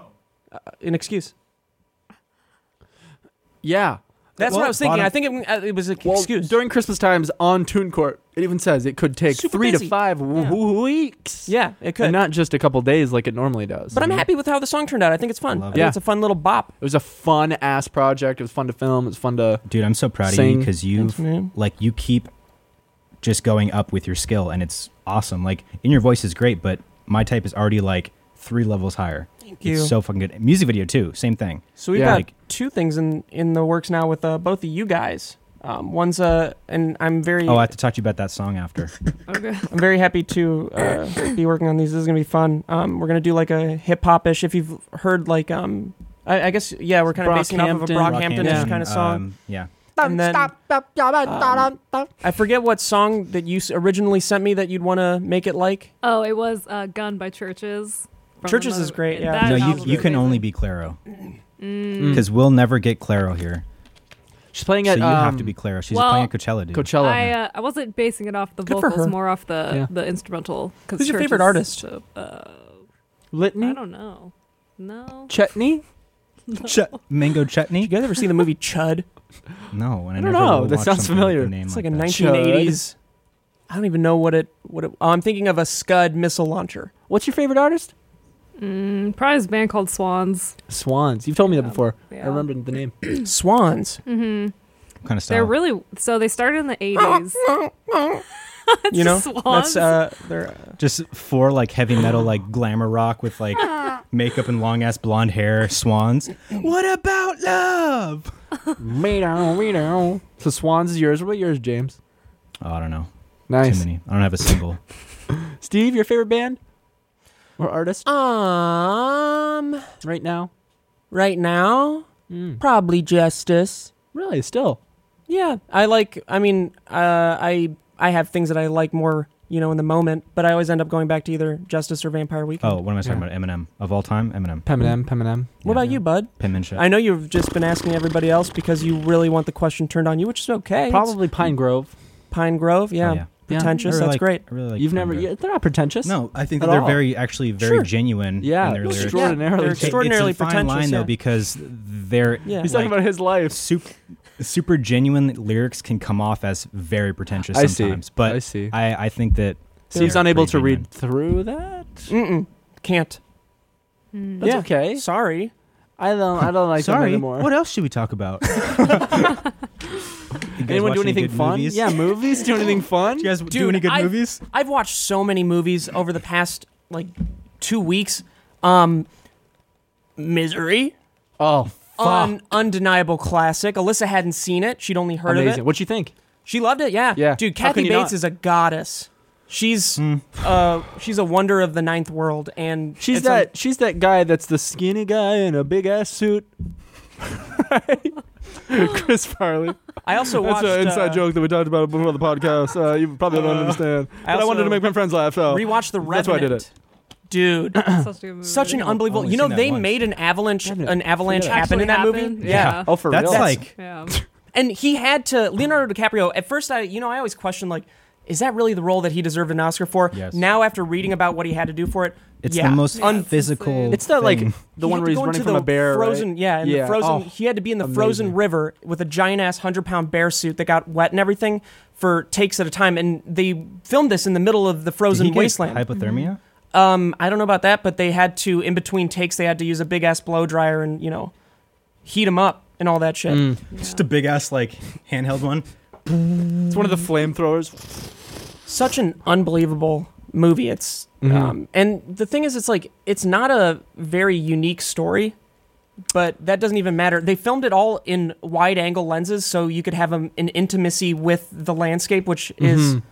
B: Uh, an excuse.
C: yeah.
B: That's what I
C: Well,
B: was thinking.
C: bottom-
B: I think it, uh, it was an
C: Well,
B: excuse.
C: during Christmas times on TuneCore, it even says it could take
B: Super
C: three
B: busy.
C: to five w- w- weeks.
B: yeah, it could.
C: And not just a couple days like it normally does.
B: but I'm happy with how the song turned out. I think it's fun.
D: Love
B: I
D: it.
B: think
C: Yeah.
B: It's a fun little bop.
C: It was a fun ass project. It was fun to film. It was fun to.
D: Dude, I'm so proud of you
C: Sing.
D: because you've
B: man.
D: like you keep just going up with your skill and it's awesome. Like in your voice is great, but my type is already like three levels higher. Thank
B: you.
D: It's so fucking good. Music video too, same thing.
B: So we've
C: Yeah.
B: got two things in, in the works now with uh, both of you guys. Um, one's uh, and I'm very
D: Oh, I have to talk to you about that song after.
F: Okay.
B: I'm very happy to uh, be working on these. This is gonna be fun. Um, we're gonna do like a hip hop ish. If you've heard like um, I, I guess yeah, we're kind of basing off of a Brockhampton
D: Brockhampton,
B: ish
C: yeah.
B: kind of song.
D: um, uh, yeah.
B: And then, um, I forget what song that you s- originally sent me that you'd want to make it like.
F: Oh, it was uh, Gun by Churches. from
B: Churches
F: another-
B: is great, Mm. yeah.
F: that
D: No, you,
F: album
D: you
F: is Mm.
D: can
F: amazing.
D: only be Mm. Claro. Because we'll never get Claro here.
C: She's playing
D: So
C: at
D: you have to
C: um,
D: be Claro. She's
F: well,
D: playing at Coachella, dude.
C: Coachella.
F: I uh, I wasn't basing it off the
B: Good for her.
F: vocals, more off the
C: Yeah.
F: the instrumental. 'cause
B: Who's your
F: Church
B: favorite
F: is
B: artist?
F: so- uh, I
C: Litany?
F: don't know. No.
C: Chetney?
D: Chut- mango
B: You
D: chutney?
B: guys ever seen the movie Chud?
D: No, and I,
C: I don't
D: never
C: know.
D: will
C: That
D: watch
C: sounds
D: something with
C: familiar.
D: the name
B: It's like a
D: that.
B: 1980s. I don't even know what it. What it, oh, I'm thinking of a Scud missile launcher.
C: What's your favorite artist?
F: Mm, probably this band called Swans.
C: Swans. You've told me that
F: Yeah.
C: before.
F: Yeah.
C: I remember the name.
B: Swans.
F: Mm-hmm.
D: kind of style.
F: They're really so they started in the eighties.
B: you know,
F: Swans.
B: that's uh, they're uh,
D: just four like heavy metal like glamour rock with like makeup and long ass blonde hair swans what about love
C: me now, me now. So Swans is yours. What about yours, James?
D: oh, i don't know too
C: Nice.
D: many i don't have a single
C: Steve, your favorite band? Or artist
B: uh, um
C: right now?
B: right now
D: Hmm.
C: Mm.
B: probably Justice.
C: Really, still.
B: Yeah, I like. I mean, uh, I I have things that I like more, you know, in the moment, but I always end up going back to either Justice or Vampire Weekend.
D: oh what am i talking about eminem of all time eminem
C: Peminem, Peminem.
B: What about
D: yeah.
B: you, bud?
D: pim and shit
B: I know you've just been asking everybody else because you really want the question turned on you, which is okay. It's
C: Probably Pine Grove.
B: Pine Grove, yeah.
D: Oh, yeah.
C: Yeah.
B: Pretentious,
D: I really
B: that's
D: like-
B: great.
D: I really like
C: You've
D: Pim
C: never.
D: and
C: Yeah,
D: Shit.
C: they're not pretentious.
D: no i think
C: At
D: that they're
C: all.
D: very actually very
B: Sure.
D: genuine
C: Yeah,
D: in their
C: those
D: lyrics
C: extra- Extraordinarily
B: they're
D: It-
B: extraordinarily
D: it's a fine
B: pretentious.
D: line
B: yeah.
D: though because they're
B: Yeah.
C: He's
D: like,
C: talking about his life.
D: super super genuine lyrics can come off as very pretentious
C: I see.
D: sometimes but
C: I see.
D: I, I think that
C: Steve's
D: they're
C: unable
D: pretty
C: to
D: genuine.
C: read through that.
B: Mm-mm, can't.
F: Mm.
C: That's
B: Yeah.
C: okay.
B: Sorry.
C: I don't. I don't like them
D: Sorry.
C: anymore.
D: What else should we talk about? You guys
C: Anyone
D: watch
C: do
D: any
C: anything
D: good
C: fun?
D: movies?
C: Yeah, movies. Do anything fun?
D: Do you guys do
B: Dude,
D: any good
B: I-
D: movies?
B: I've watched so many movies over the past like two weeks. Um, Misery,
C: Oh, fuck.
B: an undeniable classic. Alyssa hadn't seen it; she'd only heard of it.
C: Amazing. What'd you think?
B: She loved it. Yeah.
C: Yeah.
B: Dude,
C: How
B: Kathy
C: can you
B: Bates
C: not? Hmm.
B: is a goddess. She's uh she's a wonder of the ninth world and
C: She's
B: it's a-
C: that. she's that guy that's the skinny guy in a big ass suit. Chris Farley.
B: I also
C: That's
B: watched
C: an inside
B: uh,
C: joke that we talked about before the podcast. Uh, you probably don't understand.
B: I
C: but I wanted
B: also
C: to make my friends laugh. So
B: Rewatch the Revenant.
C: That's why I did
B: Dude,
F: such a good movie.
B: such an unbelievable.
D: only
B: You know
D: seen that
B: they
D: once.
B: made an avalanche
C: Haven't it?
B: an avalanche
C: Yeah.
B: happen in that
F: Actually
B: movie.
F: happened?
B: Yeah.
C: Oh, for
D: That's
C: real?
D: like
F: Yeah.
B: And he had to Leonardo DiCaprio at first I you know I always questioned like is that really the role that he deserved an Oscar for?
D: Yes.
B: Now, after reading about what he had to do for it,
D: It's
B: yeah.
D: the most
B: Un-
D: physical.
C: It's not like
D: thing.
C: the
B: He had
C: one where
B: to
C: he's
B: go
C: running
B: into
C: from
B: the
C: a bear. right?
B: Frozen, yeah, in
C: Yeah.
B: the frozen.
C: Oh,
B: he had to be in the
C: amazing.
B: frozen river with a giant ass hundred pound bear suit that got wet and everything for takes at a time. And they filmed this in the middle of the
D: Did he
B: frozen
D: get
B: wasteland.
D: Hypothermia.
C: Mm-hmm.
B: Um, I don't know about that, but they had to in between takes. They had to use a big ass blow dryer and you know heat him up and all that shit.
C: Mm.
D: Just a big ass like handheld one.
C: It's one of the flamethrowers.
B: Such an unbelievable movie. It's
C: Mhm.
B: um, and the thing is, it's like it's not a very unique story, but that doesn't even matter. They filmed it all in wide angle lenses, so you could have um an intimacy with the landscape, which is
C: Mhm.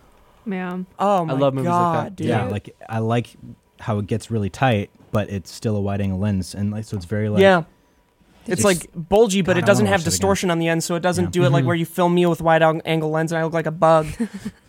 F: Yeah.
B: oh my
C: love movies like
B: god,
C: that.
B: dude.
D: Yeah, like I like how it gets really tight, but it's still a wide angle lens, and like so it's very like
B: yeah. It's, like bulgy, but
D: God, I
B: it doesn't
D: wanna
B: have
D: watch that again.
B: distortion on the end, so it doesn't
D: Yeah. Mm-hmm.
B: do it like
C: Mhm.
B: where you film me with wide ang- angle lens and I look like a bug.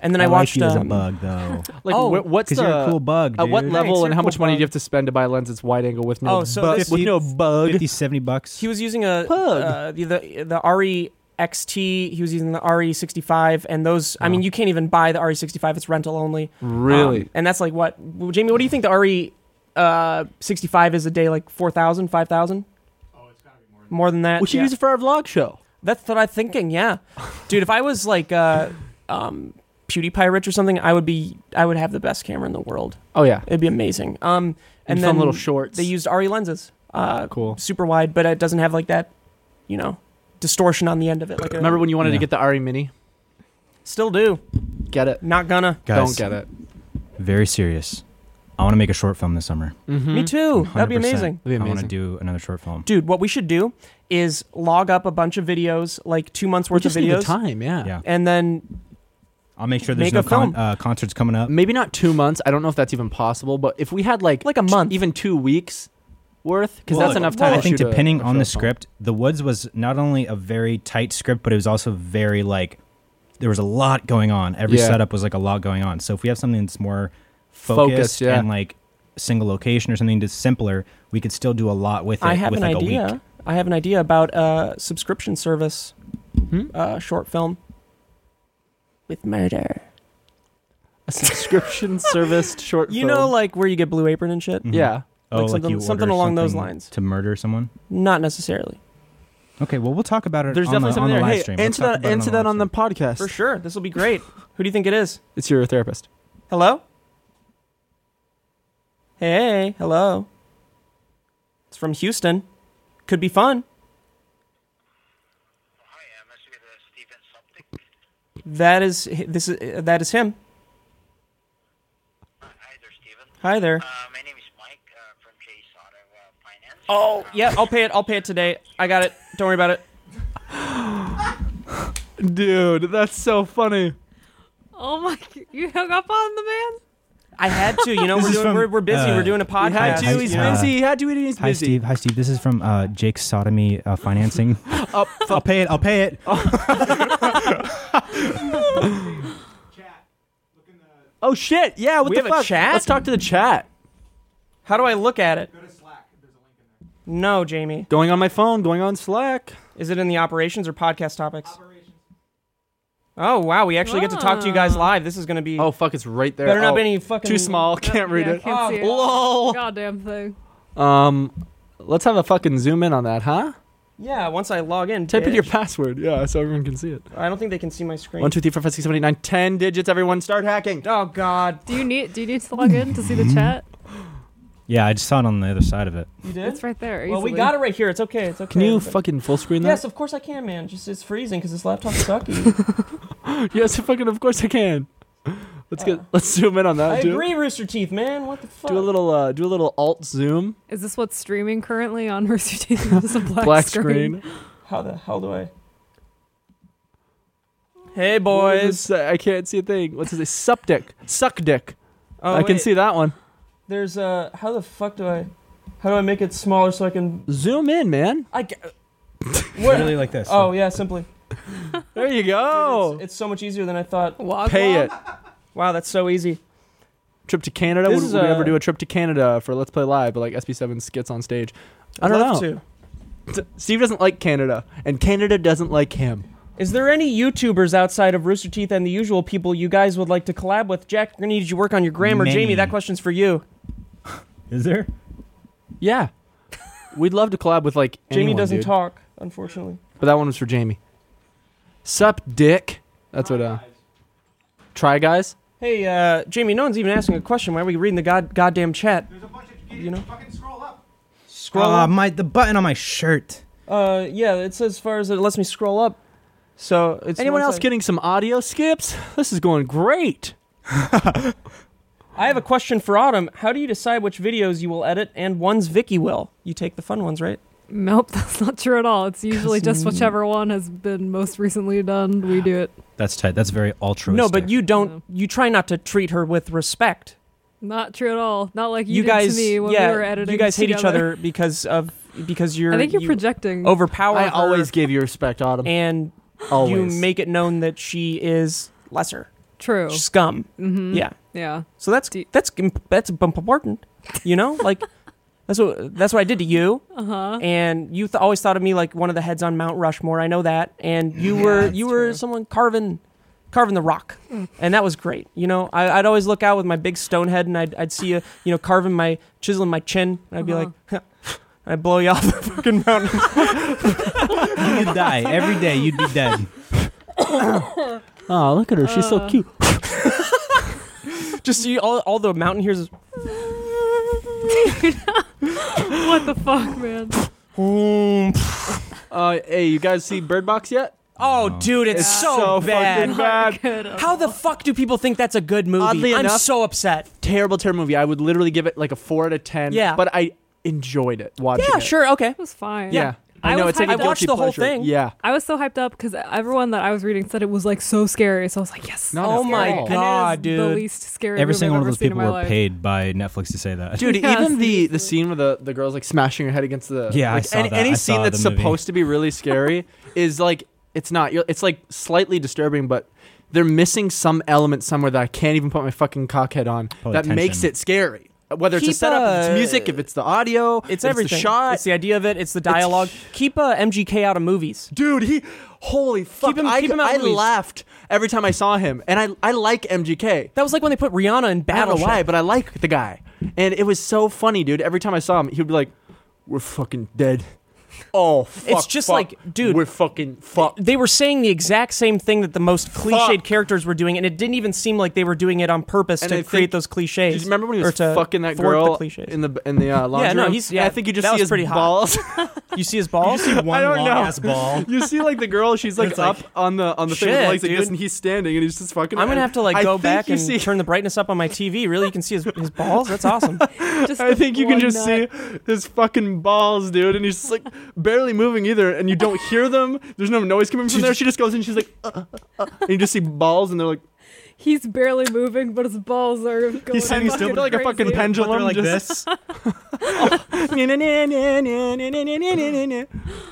B: And then I,
D: I,
B: watched
D: like you as a
B: um,
D: bug though,
C: Like,
B: Oh.
C: wh- what's
D: because
C: the
D: you're a cool bug.
C: at what
D: dude.
C: level
B: Thanks, you're
C: and how
B: a
C: much
B: cool
C: money
B: bug.
C: do you have to spend to buy a lens that's wide angle with no
B: Oh, so
C: bug?
B: this-
C: with no bug?
D: 50, 70 bucks?
B: He was using a
C: Pug.
B: uh, the, the the RE XT. He was using the RE sixty five, and those. I mean, you can't even buy the RE sixty five. It's rental only.
C: Really?
B: Um, and that's like what well, Jamie? What do you think the RE uh, sixty five is a day? Like 4,000, 5,000? Oh, it's gotta be more than that. More than that.
C: we should
B: yeah.
C: use it for our vlog show.
B: That's what I'm thinking. Yeah, dude. If I was like uh, um, PewDiePie rich or something, I would be. I would have the best camera in the world.
C: Oh yeah,
B: It'd be amazing. Um, and
C: and
B: then
C: fun little shorts.
B: they used RE lenses. Uh,
C: cool.
B: super wide, but it doesn't have like that, you know, distortion on the end of it. Like a,
C: Remember when you wanted
D: Yeah.
C: to get the RE Mini?
B: still do,
C: Get it?
B: not gonna.
D: Guys,
C: Don't get it.
D: very serious. I want to make a short film this summer.
C: Mm-hmm.
B: Me too. That'd be
D: 100%.
B: amazing,
C: That'd be
D: I want to
C: amazing.
D: do another short film.
B: dude. What we should do is log up a bunch of videos, like two months
C: We
B: worth of
C: just need the
B: videos,
C: time. Yeah.
D: Yeah.
B: and then
D: I'll make sure there's
B: Make
D: no
B: a
D: con-
B: film.
D: uh, concerts coming up.
C: Maybe not two months. I don't know if that's even possible. But if we had like
B: Like a
C: t-
B: month.
C: even two weeks worth, because
B: Well,
C: that's
B: look,
C: enough time.
B: well,
C: to
D: I think
C: shoot a-
D: depending
C: a
D: on the
C: short film.
D: script, The Woods was not only a very tight script, but it was also very like there was a lot going on. Every
C: Yeah.
D: setup was like a lot going on. So if we have something that's more focused,
C: Focused, yeah.
D: and like single location or something that's simpler, we could still do a lot with it
B: I have
D: with
B: an
D: like a week.
B: idea. I have an idea about a subscription service,
C: Hmm?
B: uh, short film with murder.
C: a subscription serviced short.
B: You
C: film.
B: know, like where you get Blue Apron and shit.
D: Mhm.
C: yeah.
D: Oh, like
B: something-
D: you
B: something
D: order
B: along those
D: something
B: lines.
D: to murder someone.
B: Not necessarily.
D: Okay, well we'll talk about it.
C: There's
D: on
C: definitely
D: the, on
C: something
D: the
C: there.
D: live
C: Hey,
D: stream. Let's
C: answer
D: talk
C: that.
D: about it
C: Answer that on the
D: live
C: podcast.
B: For sure, this will be great. Who do you think it is?
C: It's your therapist.
B: Hello? Hey, hello. It's from Houston. Could be fun. That is hi- this is that is him.
G: Hi there, Steven.
B: Hi there.
G: Uh, my name is Mike uh, from Chase Auto uh, Finance.
B: Oh, yeah, I'll pay it. I'll pay it today. I got it. Don't worry about it.
C: Dude, that's so funny.
F: Oh my! You hung up on the man.
B: I had to, you know,
D: This
B: we're
D: is
B: doing,
D: from,
B: we're, we're busy.
D: uh,
B: we're doing a
C: He
B: podcast.
C: had
D: Hi,
C: to. He's
D: yeah.
C: busy. He had to. and He's
D: Hi
C: busy.
D: Steve. Hi Steve. This is from uh, Jake's sodomy uh, financing.
C: Up.
D: I'll pay it. I'll pay it.
C: Oh shit! Yeah, what
B: We
C: the
B: have a
C: fuck?
B: chat?
C: Let's talk to the chat.
B: How do I look at it? No, Jamie.
C: Going on my phone. Going on Slack.
B: Is it in the operations or podcast topics? Operations. Oh wow, we actually get to talk to you guys
F: Ah.
B: live. This is gonna be
C: Oh fuck! It's right there.
B: better not
C: Oh,
B: be any fucking
C: Too small. Can't read
F: yeah,
C: it.
B: Oh,
F: Can't see it.
C: Lol.
F: Goddamn thing.
C: Um, let's have a fucking zoom in on that, huh?
B: Yeah, once I log in,
C: Type in your
B: bitch.
C: password. Yeah, so everyone can see it.
B: I don't think they can see my screen.
C: One, two, three, four, five, six, seven, eight, nine, ten digits. Everyone, start hacking.
B: Oh God,
F: Do you need? Do you need to log in to see the chat?
D: Yeah, I just saw it on the other side of it.
B: you did?
F: It's right there.
B: well, we
F: easily.
B: got it right here. It's okay. It's okay.
C: Can you
B: everybody.
C: fucking full screen that?
B: Yes, of course I can, man. Just it's freezing because this laptop's sucky.
C: Yes, fucking. Of course I can. Let's get.
B: Uh,
C: let's zoom in on that.
B: I
C: dude.
B: agree, Rooster Teeth, man. What the fuck?
C: Do a little. Uh, do a little alt zoom.
F: Is this what's streaming currently on Rooster Teeth? It's a black,
C: Black
F: screen.
C: screen.
B: How the hell do I? Hey
C: What is
B: boys.
C: this? I can't see a thing. What's his name? Sup dick. Suck dick.
B: Oh,
C: I can
B: wait.
C: see that one.
B: There's uh, how the fuck do I? How do I make it smaller so I can?
C: Zoom in, man.
B: I. ca-
D: Literally like this.
B: Oh yeah, simply.
C: There you go.
B: It's, it's so much easier than I thought.
F: Wagwan?
C: Pay it.
B: Oh. Wow, that's so easy.
C: Trip to Canada.
B: This
C: Would,
B: is
C: would we
B: a-
C: ever do a trip to Canada for Let's Play Live, but like SB7 skits on stage? I don't
B: Love
C: know.
B: to.
C: T- Steve doesn't like Canada, and Canada doesn't like him.
B: Is there any YouTubers outside of Rooster Teeth and the usual people you guys would like to collab with? Jack, we're gonna need you to work on your grammar.
D: Many.
B: Jamie, that question's for you.
D: Is there?
C: Yeah. We'd love to collab with like
B: Jamie
C: anyone,
B: doesn't
C: dude.
B: talk, unfortunately.
C: But that one was for Jamie. Sup, Dick. That's what. Uh, try guys.
B: Hey, uh, Jamie, no one's even asking a question. Why are we reading the god- goddamn chat?
H: There's a bunch of
B: You know?
H: fucking scroll up.
B: Scroll
D: uh,
B: up.
C: Um,
D: my the button on my shirt.
B: Uh, yeah, it says as far as it lets me scroll up. So, it's
C: Anyone
B: one
C: else
B: side-
C: getting some audio skips? This is going great.
B: I have a question for Autumn. How do you decide which videos you will edit and ones Vicky will? You take the fun ones, right?
F: Nope, that's not true at all. It's usually just
B: Cause-
F: whichever one has been most recently done. We do it.
D: That's tight. That's very altruistic.
B: No, but you don't.
F: No.
B: You try not to treat her with respect.
F: Not true at all. Not like you,
B: you
F: did
B: guys,
F: to me when
B: yeah,
F: we were editing.
B: you guys hate each
F: together.
B: other because of because you're.
F: I think you're
B: you Oh.
F: projecting.
B: overpower.
C: I
B: her
C: always give you respect, Autumn.
B: and
C: always.
B: you make it known that she is lesser
F: true.
B: scum.
F: hmm
B: Yeah,
F: Yeah.
B: so that's
F: Do you-
B: that's imp- that's imp- important. You know, like that's what that's what I did to you,
F: Uh huh.
B: and you th- always thought of me like one of the heads on Mount Rushmore. I know that, and you were
F: that's
B: you were
F: true.
B: someone carving carving the rock,
F: Mm.
B: and that was great. You know, I, I'd always look out with my big stone head, and I'd I'd see you you know carving my chiseling my chin, and I'd be like.
F: Uh-huh.
B: I'd blow you off the fucking mountain.
D: you would die every day. You'd be dead.
C: oh, look at her. She's so
F: Uh.
C: cute.
B: Just see all, all the mountain Oh, here is
F: what the fuck, man?
C: Uh, hey, you guys see Bird Box yet?
B: Oh, dude, it's,
C: It's
B: so,
C: so
B: bad.
C: fucking bad.
F: Good. at
B: How the fuck do people think that's a good movie?
C: Oddly
B: I'm
C: enough-
B: so upset.
C: Terrible, terrible movie. I would literally give it like a four out of ten.
B: Yeah.
C: But I enjoyed it watching
B: Yeah,
C: it.
B: sure, okay.
F: It was fine.
C: Yeah. I,
F: I
C: know
F: was
C: it's like a
F: hyped up.
C: guilty
F: I
B: watched the whole
C: pleasure.
B: thing.
C: Yeah.
F: I was so hyped up because everyone that I was reading said it was like so scary. So I was like, yes.
C: Not
B: Oh
C: at
B: my
C: all.
F: And it is
B: god,
F: The
B: dude.
F: least scary.
D: every
F: movie
D: single
F: I've
D: one of
F: ever
D: those
F: seen in
D: people
F: my
D: were
F: life.
D: paid by Netflix to say that.
C: Dude,
F: Yeah,
C: even the, the
F: seriously.
C: scene with the, the girls like smashing her head against the
D: Yeah, I
C: like,
D: saw
C: any,
D: that.
C: any
D: I
C: scene
D: saw
C: that's
D: the movie.
C: supposed to be really scary is like it's not. You're- It's like slightly disturbing, but they're missing some element somewhere that I can't even put my fucking cockhead on
D: Probably
C: that
D: tension.
C: makes it scary. Whether
B: Keep,
C: it's a setup, if
B: uh,
C: it's music, if it's the audio, if
B: It's everything.
C: It's the shot.
B: It's the idea of it. It's the dialogue. Keep uh, MGK out of movies.
C: Dude, he holy fuck!
B: him-
C: I,
B: keep him out
C: I
B: of movies.
C: laughed every time I saw him, and I I like MGK.
B: That was like when they put Rihanna in
C: I don't know why,
B: Battleship.
C: but I like the guy. And it was so funny, dude. Every time I saw him, he would be like, "We're fucking dead." Oh, fuck,
B: It's just
C: fuck.
B: like, dude-
C: we're fucking fuck.
B: They were saying the exact same thing that the most cliched
C: Fuck.
B: characters were doing, and it didn't even seem like they were doing it on purpose
C: And I
B: to
C: think-
B: create those cliches.
C: Do you remember when he was
B: or to
C: fucking that
B: thwart
C: girl
B: The cliches.
C: in the in the uh, laundry
B: no,
C: room?
B: he's-
C: And
B: yeah,
C: I think you just
B: that
C: see
B: was
C: his
B: pretty hot.
C: balls.
B: you see his balls?
D: one
C: don't know.
D: long ass ball.
C: you see like the girl, she's like,
D: It's
C: up
D: like,
C: on the on the thing with
B: Oh. shit,
C: legs like this,
B: dude.
C: and he's standing, and he's just fucking.
B: I'm gonna have to like
C: I
B: go
C: think
B: back
C: you
B: and
C: see-
B: turn the brightness up on my TV. Really, you can see his, his balls. That's awesome.
F: Just
C: I think you can
F: one
C: just
F: nut.
C: see his fucking balls, dude, and he's just like barely moving either, and you don't hear them. There's no noise coming from there. She just goes in, she's like, uh, uh, uh, and you just see balls, and they're like,
F: He's barely moving, but his balls are going.
C: he's sitting still, they're
F: fucking
C: like a
F: crazy.
C: fucking pendulum,
D: They're like
C: just,
D: this.
B: Do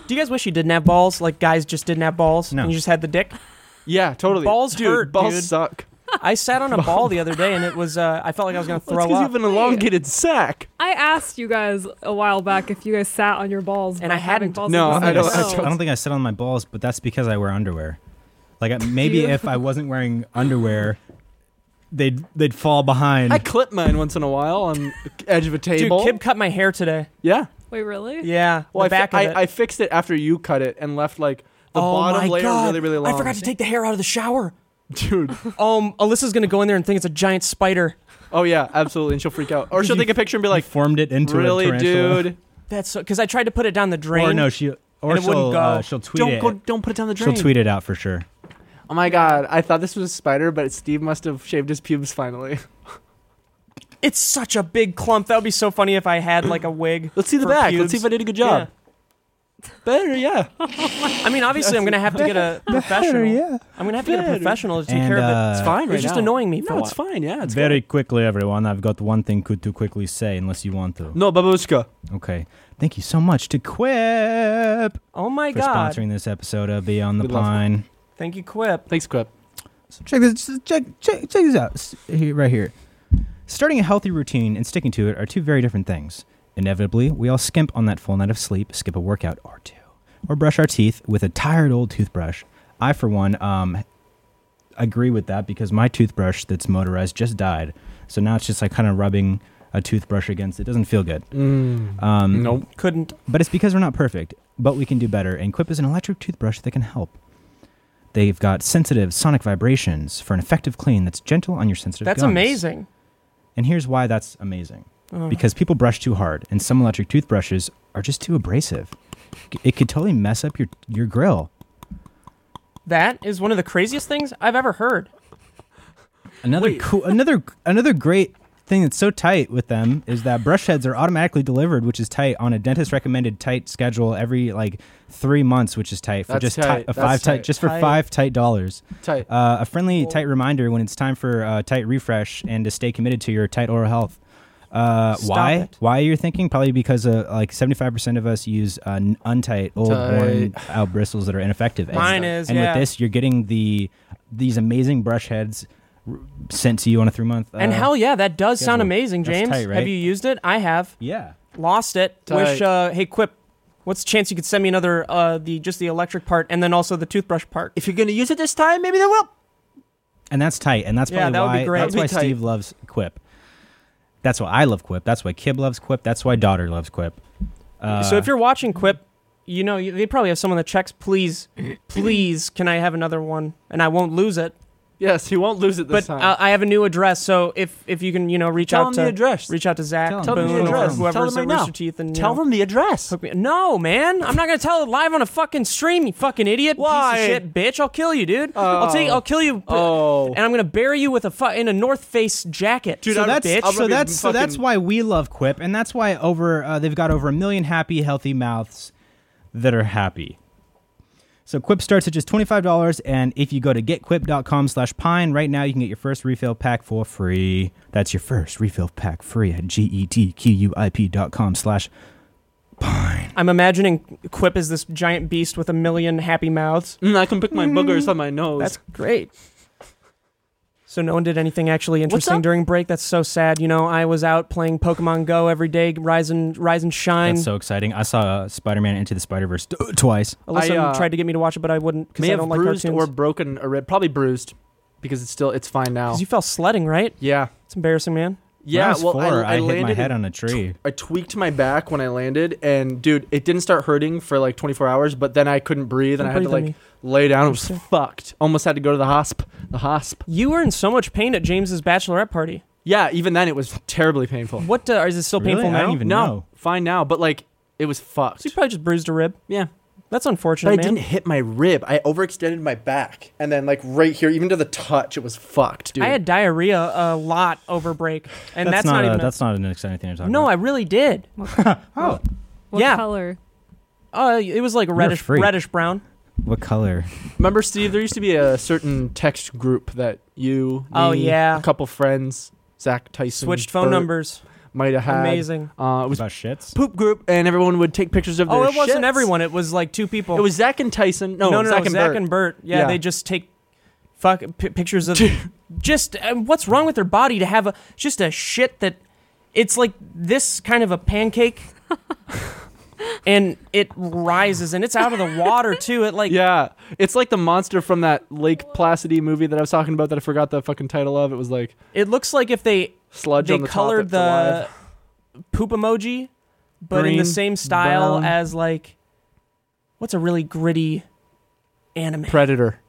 B: you guys wish you didn't have balls? Like guys just didn't have balls
D: No.
B: and you just had the dick?
C: Yeah, totally.
B: Balls
C: dude,
B: hurt,
C: balls
B: dude.
C: suck.
B: I sat on a ball the other day and it was uh, I felt like I was gonna
C: That's
B: throw
C: because you
B: up.
C: have an elongated sack.
F: I asked you guys a while back if you guys sat on your balls,
B: And
F: but
B: I
F: having
B: hadn't.
F: Balls
C: No,
F: in
D: I
F: your
D: don't,
C: I
D: think I,
F: socks.
D: sit- I don't think I sit on my balls, but that's because I wear underwear. Like I- maybe
F: you?
D: if I wasn't wearing underwear, they'd they'd fall behind.
C: I clip mine once in a while on the edge of a
B: Dude,
C: table.
B: Kib cut my hair today.
C: yeah.
F: Wait, really?
B: Yeah,
C: Well, I,
B: the
C: fi-
B: back
C: I,
B: of it.
C: I fixed it after you cut it and left like the
B: oh
C: bottom
B: my
C: layer
B: God.
C: really, really long.
B: I forgot to take the hair out of the shower.
C: dude.
B: Um, Alyssa's gonna go in there and think it's a giant spider.
C: Oh yeah, absolutely, and she'll freak out, or she'll
D: You-
C: take a picture and be like.
D: formed it into a
C: Really,
D: tarantula.
C: dude?
B: That's because I tried to put it down the drain.
D: Or no, she or
B: And it
D: she'll
B: wouldn't go.
D: Uh, she'll tweet
C: Don't
D: it.
C: go! Don't put it down the drain.
D: she'll tweet it out for sure.
C: Oh my god! I thought this was a spider, but Steve must have shaved his pubes finally.
B: it's such a big clump. That would be so funny if I had like a wig.
C: Let's see the
B: for
C: back.
B: pubes.
C: Let's see if I did a good job. Better, yeah.
B: I mean, obviously, I'm gonna have to get a professional.
C: yeah.
B: I'm gonna have to get a
C: Better.
B: professional to take
D: And
B: care of it.
D: uh,
C: It's fine
B: It's
C: right
B: just
C: now.
B: annoying me for
C: No,
B: a
C: it's fine. Yeah, it's
D: very quickly, everyone. I've got one thing could to quickly say, unless you want to.
C: good. No, babushka.
D: Okay. Thank you so much to Quip
B: Oh my
D: for
B: god!
D: sponsoring this episode of Beyond the
C: We love them.
D: Pine.
B: Thank you, Quip.
C: Thanks, Quip.
D: So check this. Check check check this out. S- here- right here. Starting a healthy routine and sticking to it are two very different things. Inevitably, we all skimp on that full night of sleep, skip a workout or two, or brush our teeth with a tired old toothbrush. I, for one, um, agree with that because my toothbrush that's motorized just died. So now it's just like kind of rubbing a toothbrush against it. Doesn't feel good. Um,
C: Nope.
B: Couldn't.
D: But it's because we're not perfect, but we can do better. And Quip is an electric toothbrush that can help. They've got sensitive sonic vibrations for an effective clean that's gentle on your sensitive
B: That's
D: gums.
B: amazing. Uh-huh.
D: And here's why that's amazing. Because people brush too hard, and some electric toothbrushes are just too abrasive. It could totally mess up your, your grill.
B: That is one of the craziest things I've ever heard.
D: Another
C: Wait.
D: cool, another another great thing that's so tight with them is that brush heads are automatically delivered, which is tight on a dentist recommended tight schedule every like three months, which is tight for
C: That's
D: just
C: tight.
D: ti- a
C: That's
D: five tight,
C: tight.
D: just for
B: Tight.
D: five tight dollars.
C: Tight.
D: Uh, a friendly tight reminder when it's time for uh, tight refresh and to stay committed to your tight oral health. Uh,
B: Stop
D: why?
B: it.
D: Why you're thinking? Probably because uh, like 75% of us use uh, n- untight, old,
C: Tight.
D: worn out bristles that are ineffective. And-
B: Mine is,
D: And
B: yeah.
D: with this, you're getting the these amazing brush heads r- sent to you on a three month. Uh,
B: and hell yeah, that does sound
D: schedule.
B: amazing,
D: That's
B: James.
D: tight, right?
B: Have you used it? I have.
D: yeah.
B: Lost it. Wish.
C: Tight.
B: Uh, hey, Quip. What's the chance you could send me another uh, the just the electric part and then also the toothbrush part?
C: If you're gonna use it this time, maybe they will.
D: And that's tight. And that's
B: Yeah,
D: probably
B: that would be
D: why.
B: great.
D: That's
C: That'd be
D: why
C: tight.
D: Steve loves Quip. That's why I love Quip. That's why Kib loves Quip. That's why daughter loves Quip. Uh,
B: so if you're watching Quip, you know you- they probably have someone that checks. Please, please, can I have another one? And I won't lose it.
C: Yes, he won't lose it
B: But
C: this
B: uh,
C: time.
B: I have a new address, so if if you can, you know, reach
C: Tell
B: out
C: him
B: to
C: the address.
B: reach out to Zach,
D: Tell him.
B: to
D: Tell him the
B: Boone, or
D: address. Tell
B: whoever's
C: him right
B: at
C: now.
B: Rooster Teeth, and you
C: Tell
B: know,
C: them the address.
B: hook me- No, man, I'm not gonna tell it live on a fucking stream. You fucking idiot,
C: Why?
B: piece of shit, bitch. I'll kill you, dude. I'll take, I'll kill you. uh,
C: Oh.
B: and I'm gonna bury you with a fu- in a North Face jacket,
C: Dude,
B: So
C: I'll-
B: that's-
D: that's
C: I'll
D: so
C: rub your
D: that's so that's
C: fucking-
D: why we love Quip, and that's why over uh, they've got over a million happy, healthy mouths that are happy. So Quip starts at just twenty five dollars, and if you go to getquip.com slash pine right now, you can get your first refill pack for free. That's your first refill pack free at E getquip dot com slash.
B: I'm imagining Quip is this giant beast with a million happy mouths.
C: Mm, I can pick my boogers on my nose.
B: That's great. So no one did anything actually interesting
C: up?
B: during break. That's so sad. You know, I was out playing Pokemon Go every day, rise and rise and shine.
D: That's so exciting! I saw uh, Spider Man Into the Spider Verse t- twice.
B: Alyssa
C: I, uh,
B: tried to get me to watch it, but I wouldn't because
C: may
B: I
C: have
B: don't like
C: bruised
B: cartoons.
C: or broken a rib. Probably bruised, because it's still it's fine now.
B: Because you fell sledding, right?
C: yeah,
B: It's embarrassing, man.
C: yeah.
D: when I was
C: well,
D: four, I, hit
C: landed
D: my
C: in-
D: head on a tree.
C: I tweaked my back when I landed, and dude, it didn't start hurting for like 24 hours, but then I couldn't breathe, and
B: Don't
C: I had to
B: breathe on
C: like lay down. It was fucked. Almost had to go to the hosp. The hosp.
B: You were in so much pain at James's bachelorette party. yeah.
C: Even then, it was terribly painful.
B: What uh, is it still
D: Really?
B: painful
D: I
B: now?
D: didn't even
C: no,
D: know.
C: fine now, but like it was fucked.
B: So you probably just bruised a rib.
C: yeah,
B: That's
C: but
B: unfortunate,
C: I
B: man.
C: didn't hit my rib. I overextended my back, and then like right here, even to the touch, it was fucked, dude.
B: I had diarrhea a lot over break, and that's,
D: not,
B: even.
D: a,
B: a-
D: that's not an exciting thing to talk
B: no,
D: about.
B: I really did.
F: What
B: Yeah.
F: color?
B: Uh, it was like reddish,
D: freak.
B: reddish brown.
D: What color?
C: Remember, Steve? There used to be a certain text group that you,
B: Oh,
C: me,
B: yeah.
C: a couple friends, Zach Tyson,
B: Switched phone
C: Bert,
B: numbers.
C: might have Mm, had.
B: Amazing.
C: Uh, it was
D: About shits.
C: poop group, and everyone would take pictures of their.
B: Oh, it wasn't
C: shits.
B: everyone. It was like two people.
C: It was Zach and Tyson. No,
B: no, no,
C: Zach
B: no,
C: and
B: Zach
C: Bert.
B: and Bert. Yeah,
C: Yeah.
B: they just take fuck pi pictures of just uh, what's wrong with their body to have a just a shit that it's like this kind of a pancake, and it rises and it's out of the water too. It like
C: Yeah, it's like the monster from that Lake Placidy movie that I was talking about that I forgot the fucking title of. It was like
B: it looks like if they
C: sludge
B: they
C: on the
B: colored
C: top. that's
B: the
C: alive.
B: poop emoji, but in the
C: Green,
B: same style
C: brown.
B: as like what's a really gritty anime?
C: Predator.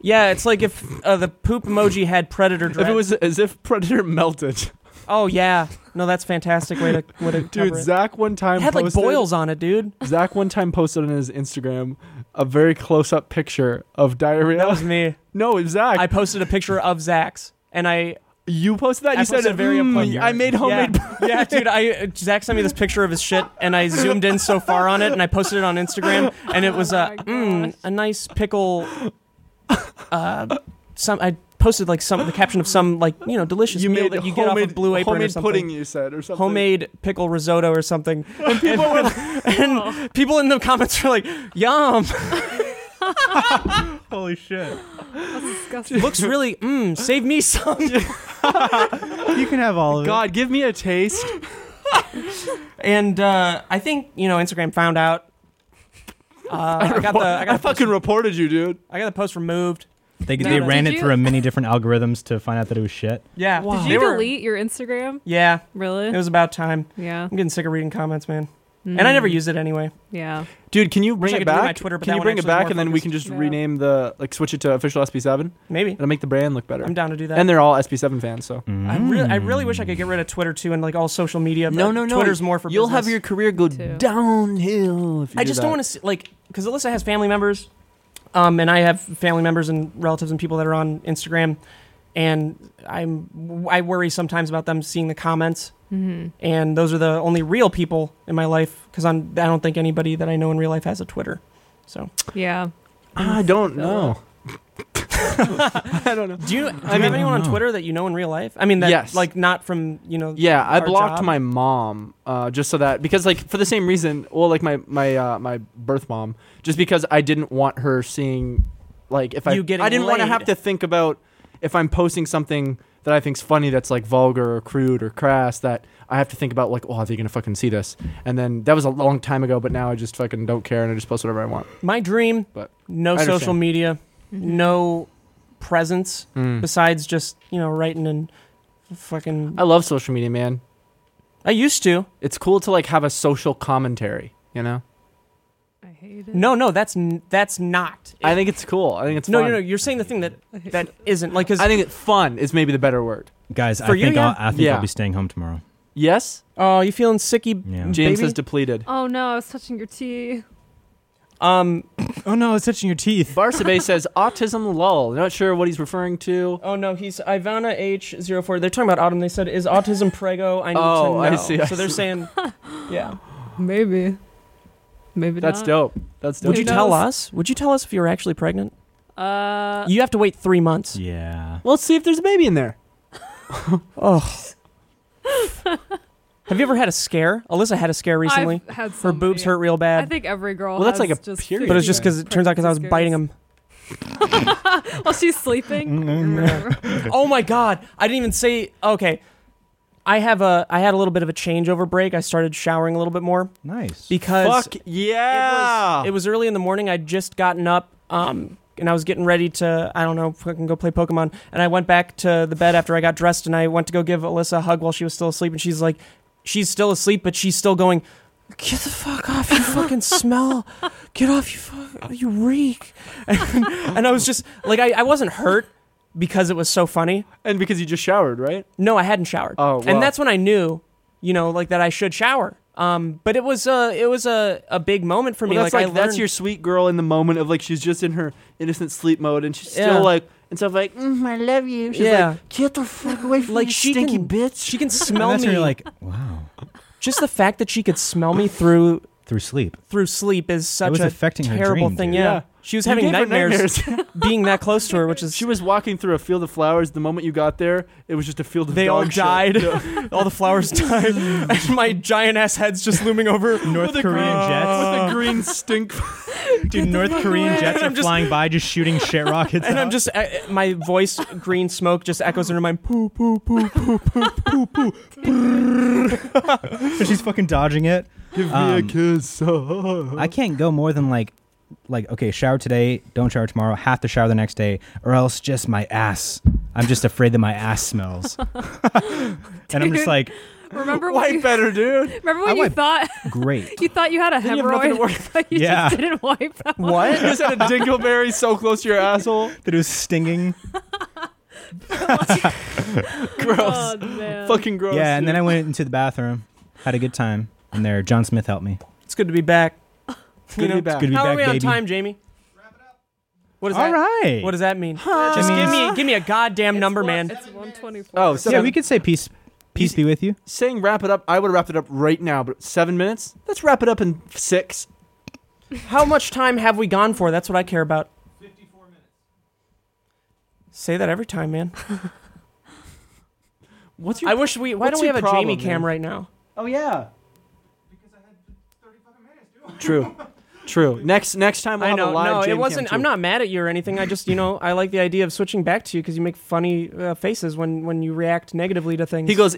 B: yeah, it's like if uh, the poop emoji had predator. Dread.
C: If it was as if Predator melted,
B: oh yeah, no, that's fantastic way to way to
C: dude.
B: cover it.
C: Zach one time
B: It had like
C: posted-
B: boils on it, dude.
C: Zach one time posted on his Instagram a very close-up picture of
B: That was
C: diarrhea.
B: me.
C: No, it's Zach.
B: I posted a picture of Zach's, and I
C: you posted that. and
B: I
C: you said
B: posted very
C: "Mm,
B: upfront.
C: I made homemade.
B: Yeah, yeah, dude. I Zach sent me this picture of his shit, and I zoomed in so far on it, and I posted it on Instagram, and it was
F: Oh
B: uh,
F: my
B: mm,
F: gosh.
B: a nice pickle. Uh, some I posted like some the caption of some like you know delicious
C: You
B: meal
C: made
B: that you get off
C: homemade
B: of Blue Apron or
C: homemade
B: something.
C: pudding. You said or something.
B: Homemade pickle risotto or something. And people, and people in the comments were like, "Yum,
D: Holy shit.
F: Disgusting.
B: looks really. Mmm, save me some."
D: You can have all of
C: God, give me a taste.
B: And uh, I think you know Instagram found out, Uh, I got the I
C: I
B: got the,
C: fucking reported you, dude.
B: I got the post removed.
D: They,
F: No,
D: they
F: no.
D: ran it
F: Did you-
D: through a many different algorithms to find out that it was shit.
B: Yeah.
F: Did
B: They
F: you
B: were-
F: delete your Instagram?
B: Yeah.
F: Really?
B: It was about time.
F: yeah. Mm-hmm.
B: I'm getting sick of reading comments, man. And I never use it anyway.
F: Yeah.
C: Dude, can you Mm. bring
B: I
C: it
B: could delete my
C: back?
B: Twitter, but that
C: can you
B: one
C: bring it
B: actually is
C: back
B: more
C: and then we
B: focused.
C: can just
F: Yeah.
C: rename the like switch it to official SB7?
B: Maybe.
C: It'll make the brand look better.
B: I'm down to do that.
C: And Mm. they're all SB7 fans, so
B: I really, I really wish I could get rid of Twitter too and like all social media. But
E: No, no, no.
B: Twitter's more for
E: You'll have
B: business.
E: your career go
F: Too.
E: downhill. If you
B: I just don't want to see like because Alyssa has family members, um, and I have family members and relatives and people that are on Instagram, and I'm I worry sometimes about them seeing the comments,
F: Mm-hmm.
B: and those are the only real people in my life because I'm I don't think anybody that I know in real life has a Twitter, so
F: Yeah.
C: I don't know. I don't know.
B: do you do you have anyone on Twitter that you know in real life? I mean, that,
C: Yes.
B: like not from you know.
C: Yeah, I
B: our
C: blocked
B: job?
C: my mom uh, just so that because like for the same reason. Well, like my my uh, my birth mom, just because I didn't want her seeing like if I
B: You getting
C: I didn't want to
B: laid.
C: have to think about if I'm posting something that I think's funny that's like vulgar or crude or crass that I have to think about like oh are they gonna fucking see this and then that was a long time ago but now I just fucking don't care and I just post whatever I want.
B: my dream.
C: But
B: no
C: I understand.
B: social media,
F: Mm-hmm.
B: no presence besides just you know writing and fucking.
C: I love social media, man.
B: I used to.
C: It's cool to like have a social commentary, you know.
F: I hate it.
B: No, no, that's n- that's not.
C: I think it's cool. I think it's
B: no,
C: fun.
B: no, no. You're saying the thing that that isn't like because
C: I think it, fun is maybe the better word.
D: Mm. Guys, I
B: For you,
D: think,
B: yeah?
D: I'll, I think
C: Yeah.
D: I'll be staying home tomorrow.
C: Yes,
B: oh, you feeling sicky,
D: Yeah.
C: James
B: baby?
C: is depleted.
F: Oh no, I was touching your tea.
B: um.
D: Oh no, it's touching your teeth.
C: Barsabe says autism lull. Not sure what he's referring to.
B: Oh no, he's Ivana H04. They're talking about autumn. They said, "Is autism prego?" I need to
C: Oh,
B: know.
C: I see, I
B: so they're
C: see.
B: saying, yeah.
F: Maybe. Maybe
C: That's
F: not.
C: dope. That's dope.
B: Would
F: Who
B: you tell
F: knows?
B: us? Would you tell us if you were actually pregnant?
F: Uh,
B: You have to wait three months.
D: Yeah.
C: Let's see if there's a baby in there.
B: Oh. Have you ever had a scare? Alyssa had a scare recently.
F: I've had
B: Her
F: so
B: boobs
F: many.
B: hurt real bad.
F: I think every girl.
C: Well, that's
F: has
C: like a
F: just
C: period
B: but it's just because it turns out because I was
F: Pregnancy
B: biting him.
F: While she's sleeping.
B: oh my god! I didn't even say okay. I have a I had a little bit of a changeover break. I started showering a little bit more
D: Nice.
B: because
C: Fuck
B: it,
C: yeah!
B: was, it was early in the morning. I'd just gotten up um, and I was getting ready to I don't know fucking go play Pokemon. And I went back to the bed after I got dressed and I went to go give Alyssa a hug while she was still asleep. And she's like, she's still asleep, but she's still going. Get the fuck off! You fucking smell. Get off! You fuck! You reek. And, and I was just like, I, I wasn't hurt because it was so funny.
C: and because you just showered, right?
B: No, I hadn't showered.
C: Oh, wow.
B: and that's when I knew, you know, like that I should shower. Um, but it was uh, it was a, a big moment for
C: Well,
B: me.
C: that's
B: like,
C: like,
B: I
C: that's
B: learned-
C: your sweet girl in the moment of like she's just in her innocent sleep mode and she's
B: Yeah.
C: still like and stuff like
E: like, mm, I love you. She's
B: Yeah.
E: like, get the fuck away from
B: Like,
E: me,
B: she
E: stinky
B: can-
E: bitch.
B: she can
D: And
B: smell
D: that's
B: me.
D: when you're like, wow,
B: just the fact that she could smell me through
D: through sleep.
B: through sleep is such
D: was
B: a
D: affecting her
B: terrible
D: dream,
B: thing.
D: dude.
B: Yeah.
C: Yeah.
B: she was
C: You
B: having
C: gave her
B: nightmares,
C: nightmares.
B: being that close to her, which is
C: she was walking through a field of flowers. The moment you got there, it was just a field of
B: they
C: dog
B: all
C: shit.
B: died,
C: Yeah.
B: all the flowers died, and my giant ass head's just looming over.
D: North Korean jets.
C: with the green stink.
D: Dude, North Korean jets are
B: I'm just-
D: flying by just shooting shit rockets.
B: And I'm
D: out.
B: just uh, my voice, green smoke, just echoes into my poo poo poo poo poo poo poo.
D: she's fucking dodging it.
C: Give me a
D: Um,
C: kiss.
D: I can't go more than like like okay, shower today, don't shower tomorrow, have to shower the next day, or else just my ass. I'm just afraid that my ass smells. and I'm just
F: Dude.
D: like,
F: Remember when
C: Way
F: you,
C: better, dude.
F: remember
D: I
F: when you
D: wipe-
F: thought
D: great.
F: you thought you had a
C: you have nothing to worry
F: hemorrhoid, but you
D: Yeah.
F: just didn't wipe out.
C: What? You just had a dingleberry so close to your asshole.
D: that it was stinging.
C: Gross.
F: Oh, man.
C: Fucking gross.
D: yeah, and then I
C: dude.
D: went into the bathroom, had a good time. And there, John Smith helped me.
B: It's good to be back.
C: Good to be back.
D: Good to be
B: How
D: back,
B: are we on
D: baby.
B: time, Jamie? What is
D: All
B: that?
D: right.
B: What does that mean?
D: That
B: Just give
D: means-
B: me give me a goddamn
F: It's
B: number,
F: one-
B: man.
F: It's 124.
C: Oh, so
D: yeah, we could say peace. Peace be with you.
C: saying wrap it up. I would have wrapped it up right now, but seven minutes. Let's wrap it up in six.
B: How much time have we gone for? That's what I care about. 54 minutes. Say that every time, man.
C: What's your?
B: I wish we. Why
C: What's
B: don't we
C: your
B: have
C: problem,
B: a Jamie cam
C: man?
B: right now?
C: oh yeah. True, true. Next next time we'll
B: I know.
C: have a live
B: No,
C: Jane
B: it
C: Cam,
B: wasn't. I'm
C: too.
B: not mad at you or anything. I just, you know, I like the idea of switching back to you because you make funny uh, faces when when you react negatively to things.
C: He goes.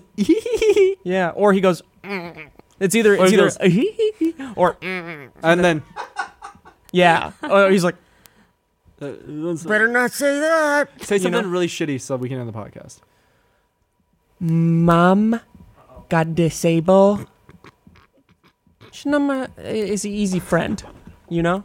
B: yeah, or he goes. "Mm." It's either
C: Or
B: it's
C: he
B: either
C: goes,
B: "Ah, hee, hee, hee," or
C: and then
B: Yeah. Oh, he's like,
C: Better
B: not say that.
C: say
B: you
C: uh, something
B: know?
C: really shitty so we can end the podcast.
B: Mom got disabled. She's not my is an easy friend, you know.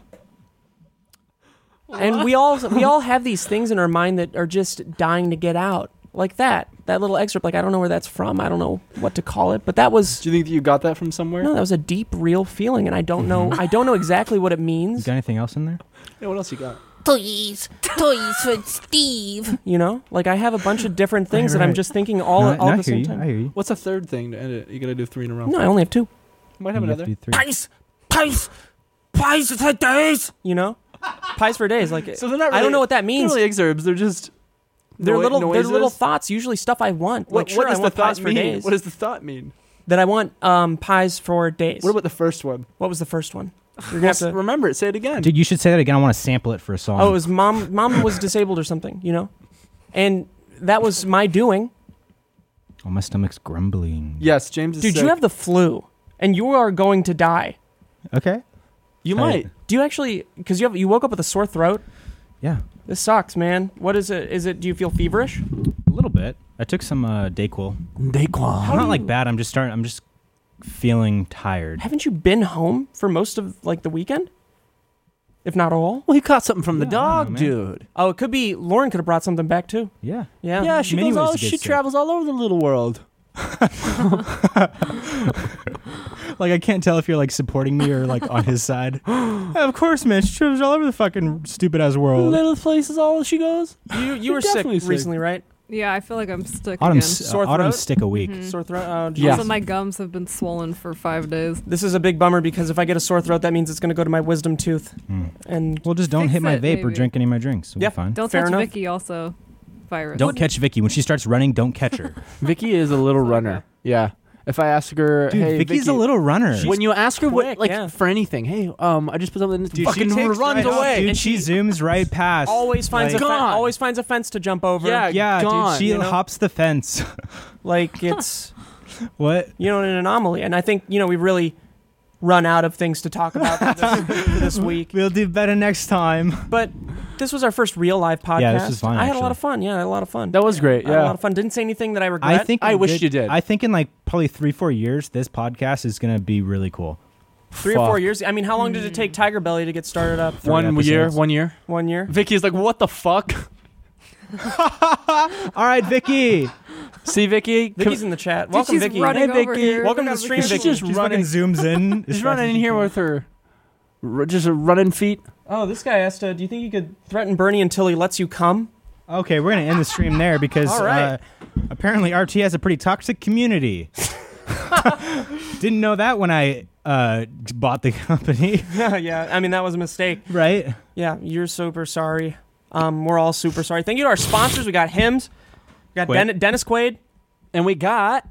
B: And we all we all have these things in our mind that are just dying to get out, like that. That little excerpt, like I don't know where that's from. I don't know what to call it, but that was
C: Do you think that you got that from somewhere?
B: no, that was a deep, real feeling, and I don't
D: Mm-hmm.
B: know. I don't know exactly what it means.
D: Got anything else in there?
C: Yeah, what else you got?
H: Toys, toys for Steve.
B: You know, like I have a bunch of different things that I'm
D: right.
B: just thinking all
D: No, I-
B: all
D: no,
B: at
D: I
B: the
D: hear
B: same
D: you. I
B: time.
D: hear you.
C: What's a third thing to end it? You gotta do three in a row.
B: No, I only have two.
C: Might have
D: You have
C: another.
D: to do three.
H: Pies, pies, pies for days.
B: You know, pies for days. Like
C: So they're not. Really,
B: I don't know what that
C: they're not
B: means.
C: really excerpts. They're just.
B: They're
C: noi-
B: little
C: Noises.
B: they're little thoughts, usually stuff I want.
C: What,
B: like sure
C: what
B: I
C: does
B: want
C: the thought
B: pies for
C: mean?
B: days.
C: What does the thought mean?
B: that I want um pies for days.
C: What about the first one?
B: what was the first one? You're gonna
C: Well,
B: have to-
C: Remember it. Say it again.
D: Dude, you should say that again. I want to sample it for a song.
C: Um,
B: Oh, it was mom mom was disabled or something, you know? And that was my doing.
D: oh, my stomach's grumbling.
C: yes, James. Is
B: Dude,
C: sick.
B: you have the flu and you are going to die.
D: Okay.
C: You
D: I-
C: might.
B: Do you actually cuz you have you woke up with a sore throat?
D: Yeah.
B: This sucks, man. What is it? Is it do you feel feverish?
D: A little bit. I took some uh, Dayquil.
E: Daquan.
D: I'm not like bad. I'm just starting. I'm just feeling tired.
B: Haven't you been home for most of like the weekend? If not all?
E: Well, he caught something from the
D: Yeah, I
E: dog,
D: don't know,
E: dude.
B: Oh, it could be Lauren could have brought something back too.
D: Yeah.
B: Yeah.
E: Yeah, she
D: many
E: goes
D: ways
E: all,
D: to get
E: she
D: sick.
E: travels all over the little world.
D: Like I can't tell if you're like supporting me or like on his side. of course, man. She trips all over the fucking stupid ass world.
E: Little places all she goes.
B: You you were sick
C: definitely sick.
B: recently, right?
F: Yeah, I feel like I'm stuck
D: Autumn,
F: again.
D: s- uh,
B: Sore
D: autumn
B: throat?
D: stick a week.
B: Sore throat. Oh, geez.
C: Yeah.
F: Also, my gums have been swollen for five days.
B: This is a big bummer because if I get a sore throat, that means it's going to go to my wisdom tooth.
D: Hmm.
B: And
D: Well, just don't
F: Fix
D: hit my
F: it,
D: vape or
F: maybe.
D: drink any of my drinks. We'll
B: Yeah.
D: be fine.
F: Don't
B: Fair
F: touch
B: enough.
F: Vicky. Also, virus.
D: Don't catch Vicky when she starts running. Don't catch her.
C: Vicky is a little runner. Yeah. If I ask her,
D: Dude,
C: hey,
D: Vicky's
C: Vicky,
D: a little runner.
C: when you ask her what,
B: quick,
C: like
B: yeah.
C: for anything, hey, um, I just put something. in this-
D: Dude, she
C: fucking
D: takes
C: runs
D: right off,
C: away.
D: dude, she zooms right past.
B: always finds
D: like,
B: a fe-
C: Gone.
B: always finds a fence to jump over.
C: Yeah.
D: yeah,
C: gone,
D: dude. She
C: you know?
D: hops the fence.
B: like it's
D: what?
B: you know an anomaly. And I think you know we really run out of things to talk about for this, for this week.
D: We'll do better next time.
B: But this was our first real live podcast.
D: Yeah, this was fun,
B: I had a lot
D: actually.
B: of fun. Yeah, I had a lot of fun.
C: That was great.
B: I had a lot
C: Yeah.
B: of fun. Didn't say anything that I regret.
D: I think
C: I
D: in
C: wish
D: good-
C: you did.
D: I think in like probably three, four years, this podcast is gonna be really cool.
B: three or four years. I mean, how long did it take Tiger Belly to get started up?
D: Three
C: Mm. One year.
D: episodes.
C: One year.
B: One year.
C: Vicky is like, what the fuck?
D: All right, Vicky.
C: See, Vicky, come-
B: Vicky's in the chat.
F: Dude,
B: Welcome,
F: she's
B: Vicky.
F: running
C: Hey,
F: over
C: Vicky.
F: here.
B: Welcome to
F: Look at
B: the stream,
F: Vicky.
B: Vicky.
D: She's fucking zooms in.
C: She's running in here with her, r- just her running feet.
B: Oh, this guy asked, uh, "Do you think you could threaten Bernie until he lets you come?"
D: Okay, we're gonna end the stream there because
B: All right.
D: uh, apparently RT has a pretty toxic community. Didn't know that when I uh, bought the company,
B: yeah, I mean that was a mistake.
D: right?
B: Yeah, you're super sorry. Um, we're all super sorry. Thank you to our sponsors. We got Hims, we got
D: Quaid.
B: Den- Dennis Quaid,
C: And we got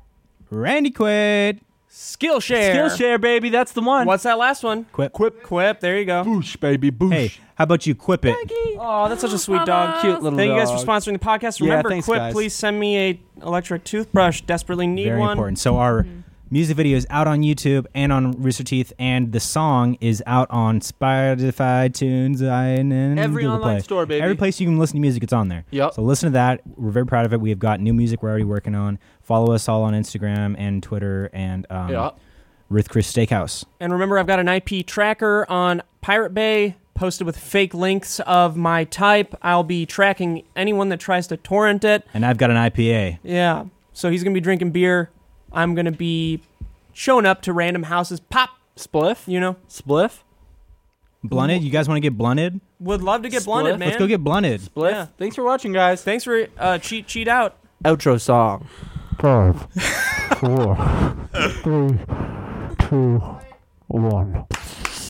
D: Randy Quaid.
B: Skillshare.
C: Skillshare, baby. That's the one.
B: What's that last one?
D: Quip.
B: Quip. Quip. There you go.
C: Boosh, baby, boosh.
D: Hey, how about you quip it?
B: Oh, that's such a sweet dog.
C: Cute little
B: Thank you guys
C: dog.
B: for sponsoring the podcast.
C: Yeah,
B: Remember,
C: thanks,
B: Quip,
C: guys.
B: please send me a electric toothbrush. Desperately need
D: Very
B: one.
D: important. So our music video is out on YouTube and on Rooster Teeth, and the song is out on Spotify, Tunes, and
C: Every
D: Google
C: online
D: Play.
C: store, baby. Oh.
D: Every place you can listen to music, it's on there.
C: Yep.
D: So listen to that. We're very proud of it. We have got new music we're already working on. Follow us all on Instagram and Twitter and um,
C: Yeah.
D: Ruth Chris Steakhouse.
B: And remember, I've got an IP tracker on Pirate Bay posted with fake links of my type. I'll be tracking anyone that tries to torrent it.
D: And I've got an IPA.
B: Yeah. So he's going to be drinking beer. I'm going to be showing up to random houses. Pop,
C: Spliff.
B: you know.
C: Spliff.
D: Blunted? You guys want to get blunted?
B: Would love to get
C: Split.
B: blunted, man.
D: Let's go get blunted.
C: Spliff.
B: Yeah.
C: Thanks for watching, guys.
B: Thanks for uh, cheat cheat out.
C: Outro song.
A: Five, four, three, two, one.